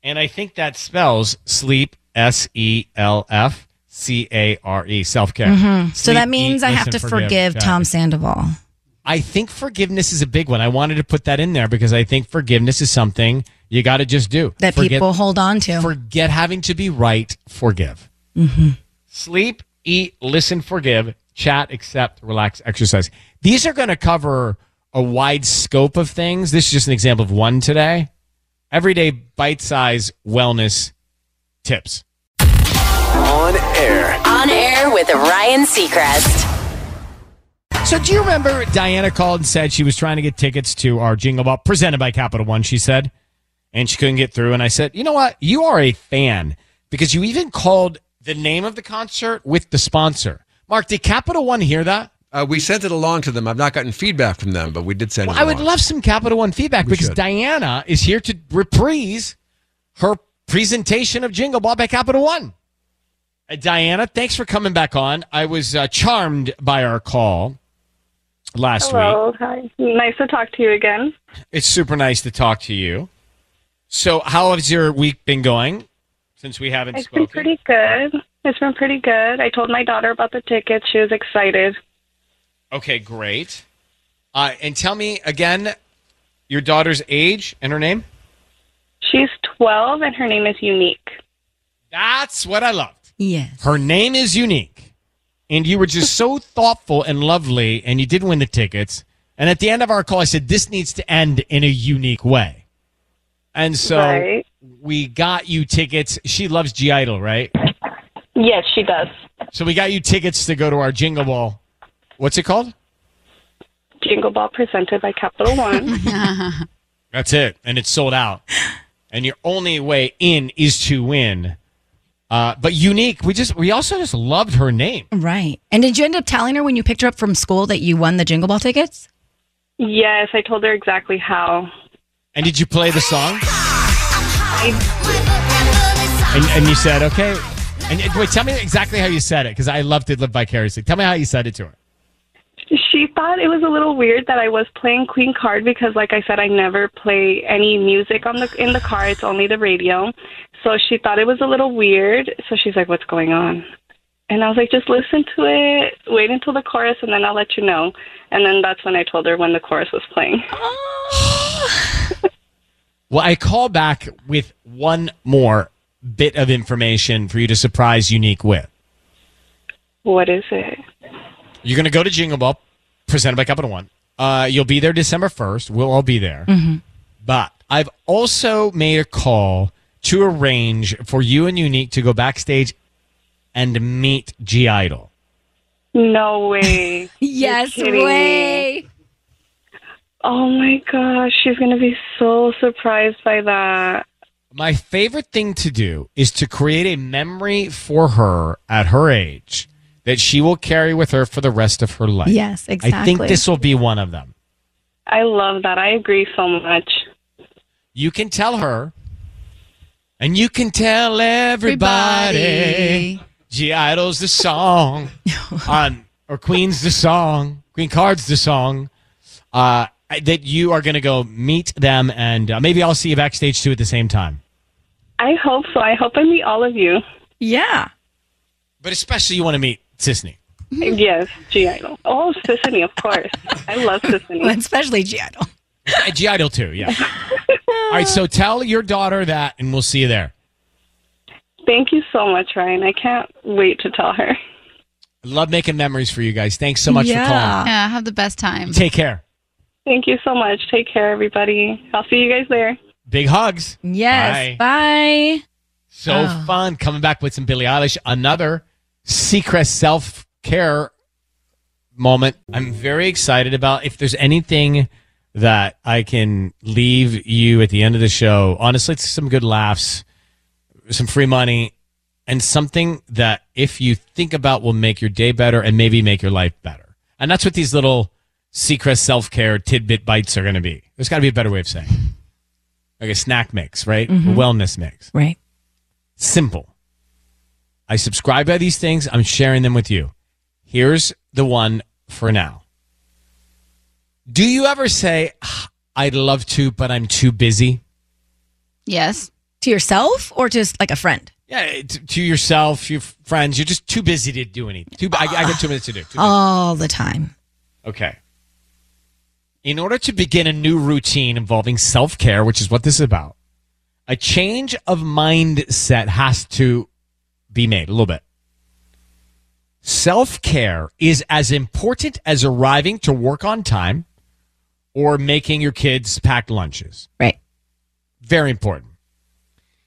Speaker 2: And I think that spells sleep, S E L F C A R E, self care.
Speaker 4: Mhm. So that means I have to forgive, Tom Sandoval.
Speaker 2: I think forgiveness is a big one. I wanted to put that in there because I think forgiveness is something you got to just do.
Speaker 4: That
Speaker 2: Forget-
Speaker 4: people hold on to.
Speaker 2: Forget having to be right, forgive.
Speaker 4: Mhm.
Speaker 2: Sleep, eat, listen, forgive, chat, accept, relax, exercise. These are going to cover a wide scope of things. This is just an example of one today. Everyday bite size wellness tips.
Speaker 7: On air.
Speaker 9: On air with Ryan Seacrest.
Speaker 2: So, do you remember Diana called and said she was trying to get tickets to our Jingle Ball presented by Capital One? She said, and she couldn't get through. And I said, you know what? You are a fan because you even called the name of the concert with the sponsor. Mark, did Capital One hear that?
Speaker 3: Uh, we sent it along to them. I've not gotten feedback from them, but we did send
Speaker 2: Well,
Speaker 3: it
Speaker 2: I would
Speaker 3: along.
Speaker 2: love some Capital One feedback
Speaker 3: We
Speaker 2: because
Speaker 3: should.
Speaker 2: Diana is here to reprise her presentation of Jingle Ball by Capital One. Uh, Diana, thanks for coming back on. I was uh, charmed by our call last week.
Speaker 12: Hello. Oh, Hi. Nice to talk to you again.
Speaker 2: It's super nice to talk to you. So, how has your week been going since we haven't
Speaker 12: It's been
Speaker 2: spoken?
Speaker 12: pretty good. It's been pretty good. I told my daughter about the tickets. She was excited.
Speaker 2: Okay, great. Uh, and tell me again your daughter's age and her name.
Speaker 12: She's 12 and her name is Unique.
Speaker 2: That's what I loved.
Speaker 4: Yes.
Speaker 2: Her name is unique. And you were just so thoughtful and lovely, and you did win the tickets. And at the end of our call, I said, This needs to end in a unique way. And so
Speaker 12: Right.
Speaker 2: we got you tickets. She loves G Idol, right?
Speaker 12: Yes, she does.
Speaker 2: So we got you tickets to go to our Jingle Ball. What's it called?
Speaker 12: Jingle Ball presented by Capital One.
Speaker 2: That's it. And it's sold out. And your only way in is to win. Uh, but unique, we just we also just loved her name.
Speaker 4: Right. And did you end up telling her when you picked her up from school that you won the Jingle Ball tickets?
Speaker 12: yes, I told her exactly how.
Speaker 2: And did you play the song?
Speaker 12: I,
Speaker 2: And, and you said, okay. And and wait, tell me exactly how you said it because I love to live vicariously. Tell me how you said it to her.
Speaker 12: she thought it was a little weird that I was playing Queen Card because, like I said, I never play any music on the in the car. It's only the radio. So she thought it was a little weird. So she's like, "What's going on?" And I was like, "Just listen to it. Wait until the chorus, and then I'll let you know." And then that's when I told her when the chorus was playing.
Speaker 2: Well, I call back with one more bit of information for you to surprise Unique with.
Speaker 12: What is it?
Speaker 2: You're going to go to Jingle Ball, presented by Capital One. Uh, you'll be there December 1st. We'll all be there. But I've also made a call to arrange for you and Unique to go backstage and meet G Idol.
Speaker 12: No way.
Speaker 4: Yes
Speaker 12: You're kidding me.
Speaker 4: way.
Speaker 12: Oh my gosh, she's gonna be so surprised by that.
Speaker 2: My favorite thing to do is to create a memory for her at her age that she will carry with her for the rest of her life.
Speaker 12: Yes,
Speaker 2: I think
Speaker 12: exactly.
Speaker 2: this will be one of them.
Speaker 12: I love that. I agree so much.
Speaker 2: You can tell her, and you can tell everybody.
Speaker 12: Everybody.
Speaker 2: G Idol's the song, um, or Queen's the song, Queen Card's the song. Uh, that you are going to go meet them, and uh, maybe I'll see you backstage too at the same time.
Speaker 12: I hope so. I hope I meet all of you.
Speaker 4: Yeah.
Speaker 2: But especially, you want to meet Sisney.
Speaker 12: yes, G Idol. Oh, Sissany, of course. I love Sissany.
Speaker 4: Especially G Idol.
Speaker 2: Uh, G Idol too, yeah. All right, so tell your daughter that, and we'll see you there.
Speaker 12: Thank you so much, Ryan. I can't wait to tell her.
Speaker 2: Love making memories for you guys. Thanks so much for calling.
Speaker 5: Yeah, have the best time.
Speaker 2: Take care.
Speaker 12: Thank you so much. Take care, everybody. I'll see you guys there.
Speaker 2: Big hugs. Bye.
Speaker 4: Yes. Bye.
Speaker 2: So
Speaker 4: Oh.
Speaker 2: fun coming back with some Billie Eilish. Another Seacrest self care moment. I'm very excited about. If there's anything that I can leave you at the end of the show, honestly, it's some good laughs, some free money, and something that if you think about will make your day better and maybe make your life better. And that's what these little Seacrest self care tidbit bites are going to be. There's got to be a better way of saying. it. Like a snack mix, right?
Speaker 13: Mhm.
Speaker 2: A wellness mix.
Speaker 4: Right.
Speaker 2: Simple. I subscribe by these things. I'm sharing them with you. Here's the one for now. Do you ever say, "Ah, I'd love to, but I'm too busy?
Speaker 5: Yes.
Speaker 4: To yourself or just like a friend?
Speaker 2: Yeah, t- to yourself, your f- friends, you're just too busy to do anything. Too, bu- I, I got two minutes to do. Two
Speaker 4: Oh, All the time.
Speaker 2: Okay. In order to begin a new routine involving self care, which is what this is about, a change of mindset has to be made a little bit. Self care is as important as arriving to work on time or making your kids pack lunches.
Speaker 4: Right.
Speaker 2: Very important.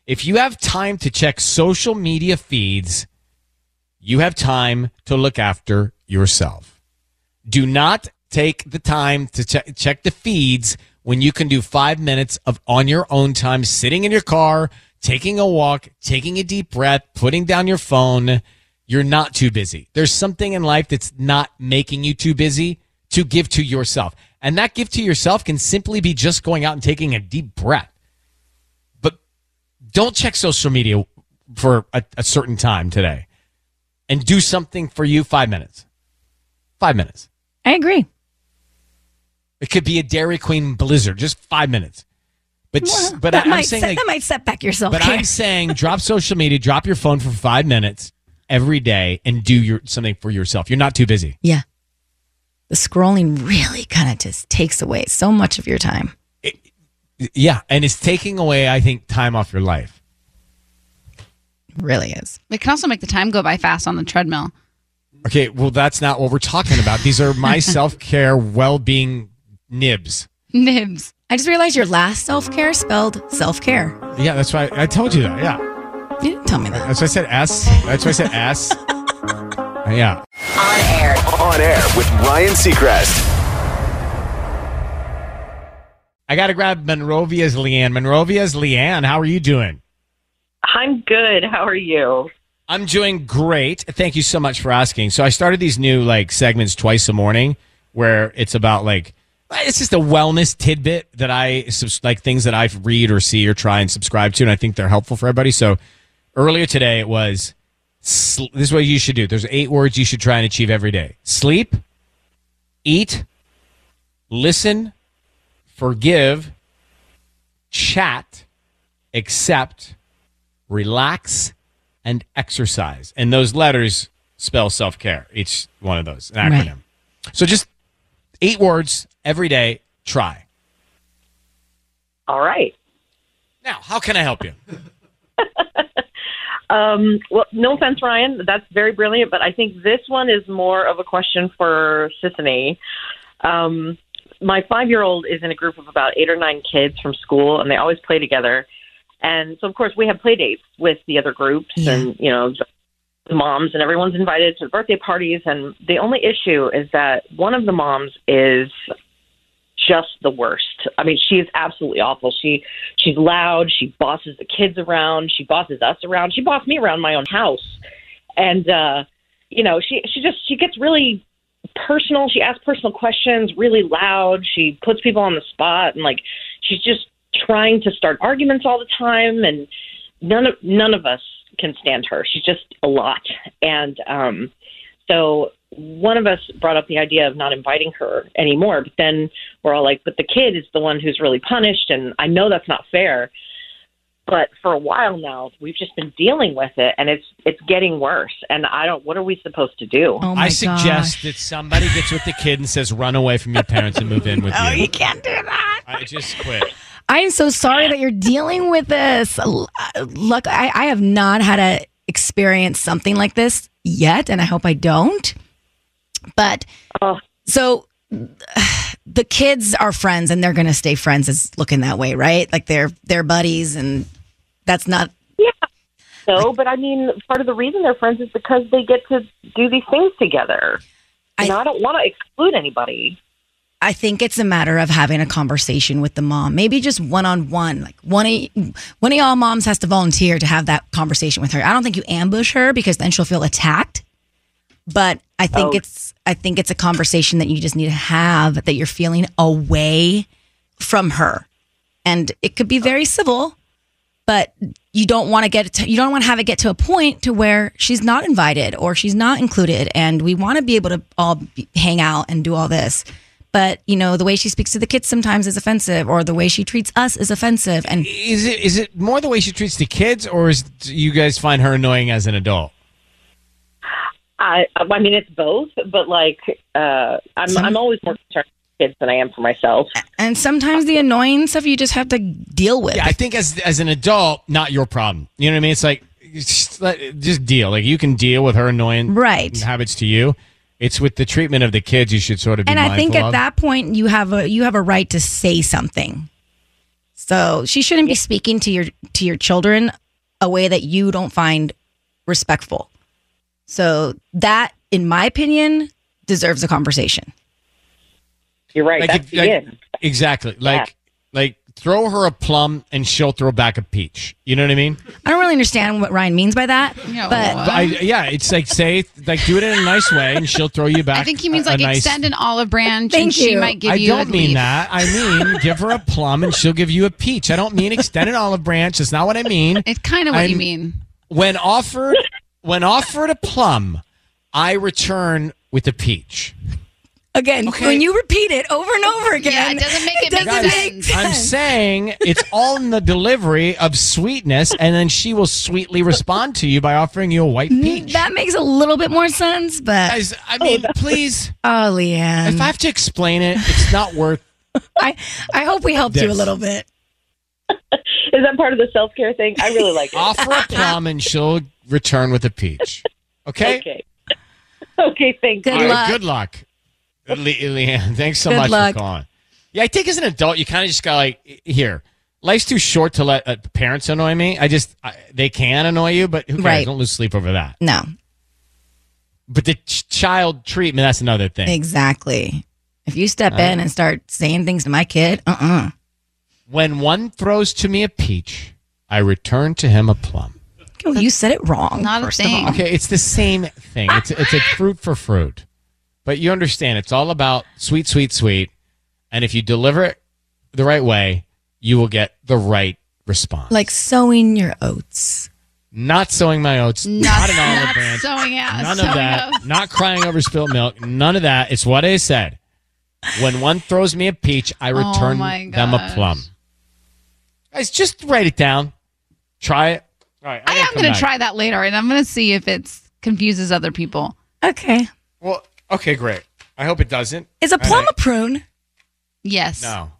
Speaker 2: If you have time to check social media feeds, you have time to look after yourself. Do not take the time to check, check the feeds when you can do five minutes of on your own time, sitting in your car, taking a walk, taking a deep breath, putting down your phone. You're not too busy. There's something in life that's not making you too busy to give to yourself. And that gift to yourself can simply be just going out and taking a deep breath. But don't check social media for a, a certain time today and do something for you five minutes. Five minutes.
Speaker 4: I agree.
Speaker 2: It could be a Dairy Queen blizzard, just five minutes. But
Speaker 4: Well,
Speaker 2: but
Speaker 4: that
Speaker 2: I, am
Speaker 4: might
Speaker 2: saying
Speaker 4: set,
Speaker 2: like,
Speaker 4: that might set back yourself.
Speaker 2: but I'm saying drop social media, drop your phone for five minutes every day, and do your something for yourself. You're not too busy.
Speaker 4: yeah, the scrolling really kind of just takes away so much of your time.
Speaker 2: Yeah, and it's taking away, I think, time off your life.
Speaker 4: Really is.
Speaker 5: It can also make the time go by fast on the treadmill.
Speaker 2: Okay, well, that's not what we're talking about. These are my self care, well being nibs.
Speaker 5: Nibs.
Speaker 4: I just realized your last self care spelled self care.
Speaker 2: Yeah, that's why I told you that. Yeah,
Speaker 4: You didn't tell me that.
Speaker 2: that's why I said S. That's why I said S. yeah.
Speaker 9: On air.
Speaker 7: On air with Ryan Seacrest.
Speaker 2: I got to grab Monrovia's Leanne. Monrovia's Leanne, how are you doing?
Speaker 13: I'm good. How are you?
Speaker 2: I'm doing great. Thank you so much for asking. So I started these new like segments twice a morning where it's about like it's just a wellness tidbit that I subs- like things that I read or see or try and subscribe to and I think they're helpful for everybody. So earlier today it was sl- this is what you should do. There's eight words you should try and achieve every day. Sleep, eat, listen, forgive, chat, accept, relax, and exercise. And those letters spell self care, each one of those, an acronym. So just eight words every day, try.
Speaker 13: All right.
Speaker 2: Now, how can I help you?
Speaker 13: Um, well, no offense, Ryan. That's very brilliant, but I think this one is more of a question for Sissany. Um, my five year old is in a group of about eight or nine kids from school, and they always play together. And so, of course, we have play dates with the other groups, and, you know, the moms, and everyone's invited to the birthday parties. And the only issue is that one of the moms is just the worst. I mean, she is absolutely awful. She she's loud. She bosses the kids around. She bosses us around. She bossed me around my own house, and uh, you know, she she just she gets really personal. She asks personal questions really loud. She puts people on the spot, and like she's just trying to start arguments all the time. And none of none of us can stand her. She's just a lot, and um, so one of us brought up the idea of not inviting her anymore, but then we're all like, but the kid is the one who's really punished, and I know that's not fair. But for a while now, we've just been dealing with it, and it's it's getting worse. And I don't. What are we supposed to do?
Speaker 4: Oh
Speaker 2: I suggest that somebody gets with the kid and says, run away from your parents and move in with you.
Speaker 4: can't do that.
Speaker 2: I just quit.
Speaker 4: I am so sorry that you're dealing with this. L- Look, I, I have not had a experience something like this yet, and I hope I don't. But so the kids are friends, and they're going to stay friends. Is looking that way, right? Like they're they're buddies, and that's not
Speaker 13: So, but I mean, part of the reason they're friends is because they get to do these things together. I, I don't want to exclude anybody.
Speaker 4: I think it's a matter of having a conversation with the mom, maybe just one on one. Like one of one of y'all moms has to volunteer to have that conversation with her. I don't think you ambush her because then she'll feel attacked. But I think
Speaker 14: Oh.
Speaker 4: it's I think it's a conversation that you just need to have that you're feeling away from her, and it could be very civil, but you don't want to get to, you don't want to have it get to a point to where she's not invited or she's not included and we want to be able to all be, hang out and do all this but you know the way she speaks to the kids sometimes is offensive or the way she treats us is offensive and
Speaker 2: Is it is it more the way she treats the kids, or is do you guys find her annoying as an adult?
Speaker 13: I I mean, it's both, but like, uh, I'm I'm always more concerned for kids than I am for myself.
Speaker 4: and sometimes the annoying stuff you just have to deal with
Speaker 2: Yeah, I think as as an adult, not your problem. You know what I mean? It's like just, let- just deal. Like you can deal with her annoying
Speaker 4: Right.
Speaker 2: habits to you. It's with the treatment of the kids you should sort of. Be
Speaker 4: and I think
Speaker 2: mindful
Speaker 4: at
Speaker 2: of.
Speaker 4: that point you have a you have a right to say something. So she shouldn't be speaking to your to your children a way that you don't find respectful. So that, in my opinion, deserves a conversation.
Speaker 13: You're right.
Speaker 2: Like,
Speaker 13: that's
Speaker 2: if-
Speaker 13: the
Speaker 2: like-
Speaker 13: end.
Speaker 2: Exactly. Like like throw her a plum and she'll throw back a peach. You know what I mean?
Speaker 4: I don't really understand what Ryan means by that, but
Speaker 2: But I, yeah, it's like say like do it in a nice way and she'll throw you back.
Speaker 5: I think he means
Speaker 2: a- a
Speaker 5: like
Speaker 2: nice-
Speaker 5: extend an olive branch
Speaker 4: Thank
Speaker 5: and she
Speaker 4: you.
Speaker 5: might give
Speaker 2: I
Speaker 5: you
Speaker 2: don't
Speaker 5: a
Speaker 2: mean
Speaker 5: leaf.
Speaker 2: that. I mean give her a plum and she'll give you a peach. I don't mean extend an olive branch. That's not what I mean.
Speaker 5: It's kind of what you
Speaker 2: I'm-
Speaker 5: mean.
Speaker 2: When offered when offered a plum, I return with a peach.
Speaker 4: again, when you repeat it over and over again,
Speaker 5: Yeah, it doesn't make it make
Speaker 4: doesn't
Speaker 5: sense.
Speaker 4: make
Speaker 2: I'm
Speaker 4: sense.
Speaker 2: saying it's all in the delivery of sweetness, and then she will sweetly respond to you by offering you a white
Speaker 5: Mm,
Speaker 2: peach.
Speaker 4: that makes a little bit more sense, but
Speaker 2: Guys, I mean, please.
Speaker 4: Oh, Leanne,
Speaker 2: If I have to explain it, it's not worth.
Speaker 4: I I hope we helped you a
Speaker 2: This.
Speaker 4: little bit.
Speaker 13: Is that part of the self care thing? I really like it.
Speaker 2: Offer a plum, and she'll return with a peach. Okay.
Speaker 13: Okay. Okay. Thank
Speaker 2: All
Speaker 13: you.
Speaker 2: right, good luck, Le- Leanne. Thanks so
Speaker 13: Good
Speaker 2: much
Speaker 13: luck.
Speaker 2: for calling. Yeah, I think as an adult, you kind of just got like, here, life's too short to let uh, parents annoy me. I just I, they can annoy you, but who cares?
Speaker 4: Right.
Speaker 2: Don't lose sleep over that.
Speaker 4: No,
Speaker 2: But the ch- child treatment—that's another thing.
Speaker 4: exactly. If you step
Speaker 2: All right.
Speaker 4: in and start saying things to my kid, uh uh
Speaker 2: When one throws to me a peach, I return to him a plum.
Speaker 4: you said it wrong.
Speaker 5: Not a
Speaker 4: first
Speaker 5: thing.
Speaker 4: Of all.
Speaker 2: Okay, it's the same thing. It's it's a fruit for fruit, but you understand it's all about sweet, sweet, sweet. And if you deliver it the right way, you will get the right response.
Speaker 4: Like sowing your oats.
Speaker 2: Not sowing my oats, not, an olive branch,
Speaker 5: Sewing out.
Speaker 2: none
Speaker 5: sewing
Speaker 2: of that.
Speaker 5: Up.
Speaker 2: Not crying over spilt milk, none of that. It's what I said. When one throws me a peach, I
Speaker 5: Oh
Speaker 2: return
Speaker 5: my
Speaker 2: them a
Speaker 5: gosh.
Speaker 2: plum. Guys, just write it down. Try it. All right,
Speaker 5: I am
Speaker 2: come
Speaker 5: going to
Speaker 2: back.
Speaker 5: try that later, and I'm going to see if it confuses other people.
Speaker 4: Okay.
Speaker 2: Well, okay, great. I hope it doesn't.
Speaker 4: Is a
Speaker 2: And I-
Speaker 4: plum a prune?
Speaker 5: Yes.
Speaker 2: No.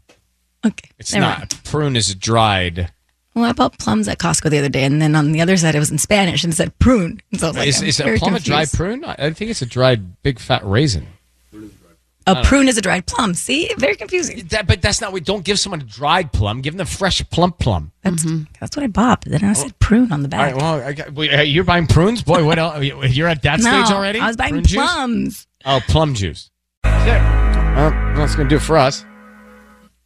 Speaker 4: Okay.
Speaker 2: It's
Speaker 4: never
Speaker 2: not.
Speaker 4: mind.
Speaker 2: Prune is dried.
Speaker 4: Well, I bought plums at Costco the other day, and then on the other side it was in Spanish and it said prune. And so I was like,
Speaker 2: is
Speaker 4: I'm
Speaker 2: is a
Speaker 4: very
Speaker 2: plum a dried
Speaker 4: confused.
Speaker 2: prune? I I think it's a dried big fat raisin. I
Speaker 4: A
Speaker 2: don't know.
Speaker 4: prune is a dried plum. See, very confusing.
Speaker 2: That, but that's not. We don't give someone a dried plum. Give them the fresh plump plum.
Speaker 4: That's, that's what I bought. But then I said prune on the
Speaker 2: Oh. All right.
Speaker 4: back.
Speaker 2: Well, I got, wait, uh, you're buying prunes, boy. What else? You're at that
Speaker 4: no,
Speaker 2: stage already.
Speaker 4: I was buying
Speaker 2: Prune juice?
Speaker 4: plums.
Speaker 2: Oh, plum juice. Sick. Well, that's gonna do it for us.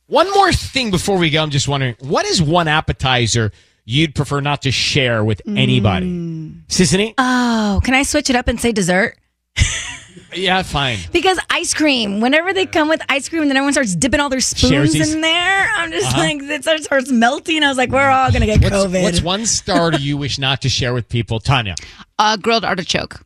Speaker 2: One more thing before we go. I'm just wondering, what is one appetizer you'd prefer not to share with anybody? Sissany?
Speaker 4: Oh, can I switch it up and say dessert?
Speaker 2: Yeah, fine.
Speaker 4: Because ice cream, whenever they come with ice cream, and then everyone starts dipping all their spoons
Speaker 2: Sharesies.
Speaker 4: in there. I'm just
Speaker 2: Uh-huh.
Speaker 4: like, it starts, starts melting. I was like, we're all gonna get
Speaker 2: What's,
Speaker 4: COVID.
Speaker 2: what's one starter you wish not to share with people, Tanya?
Speaker 5: Uh, grilled artichoke.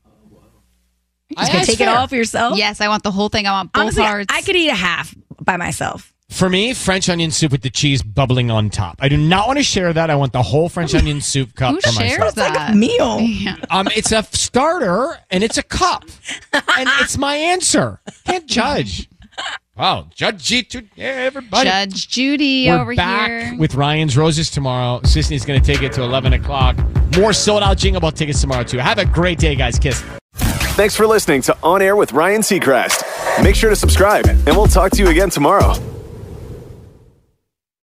Speaker 4: You can take it all for yourself.
Speaker 5: Yes, I want the whole thing. I want both
Speaker 4: Honestly,
Speaker 5: parts.
Speaker 4: I could eat a half by myself.
Speaker 2: For me, French onion soup with the cheese bubbling on top. I do not want to share that. I want the whole French onion soup cup
Speaker 5: Who
Speaker 2: for
Speaker 5: shares
Speaker 2: myself.
Speaker 5: that?
Speaker 4: Meal.
Speaker 5: Yeah.
Speaker 2: Um, it's a starter and it's a cup, and it's my answer. Can't judge. Wow, judge G to yeah, everybody.
Speaker 5: Judge Judy
Speaker 2: We're
Speaker 5: over
Speaker 2: back
Speaker 5: here.
Speaker 2: with Ryan's Roses tomorrow. Sisney's going to take it to 11 o'clock. More sold out Jingle Ball tickets tomorrow, too. Have a great day, guys. Kiss.
Speaker 7: Thanks for listening to On Air with Ryan Seacrest. Make sure to subscribe, and we'll talk to you again tomorrow.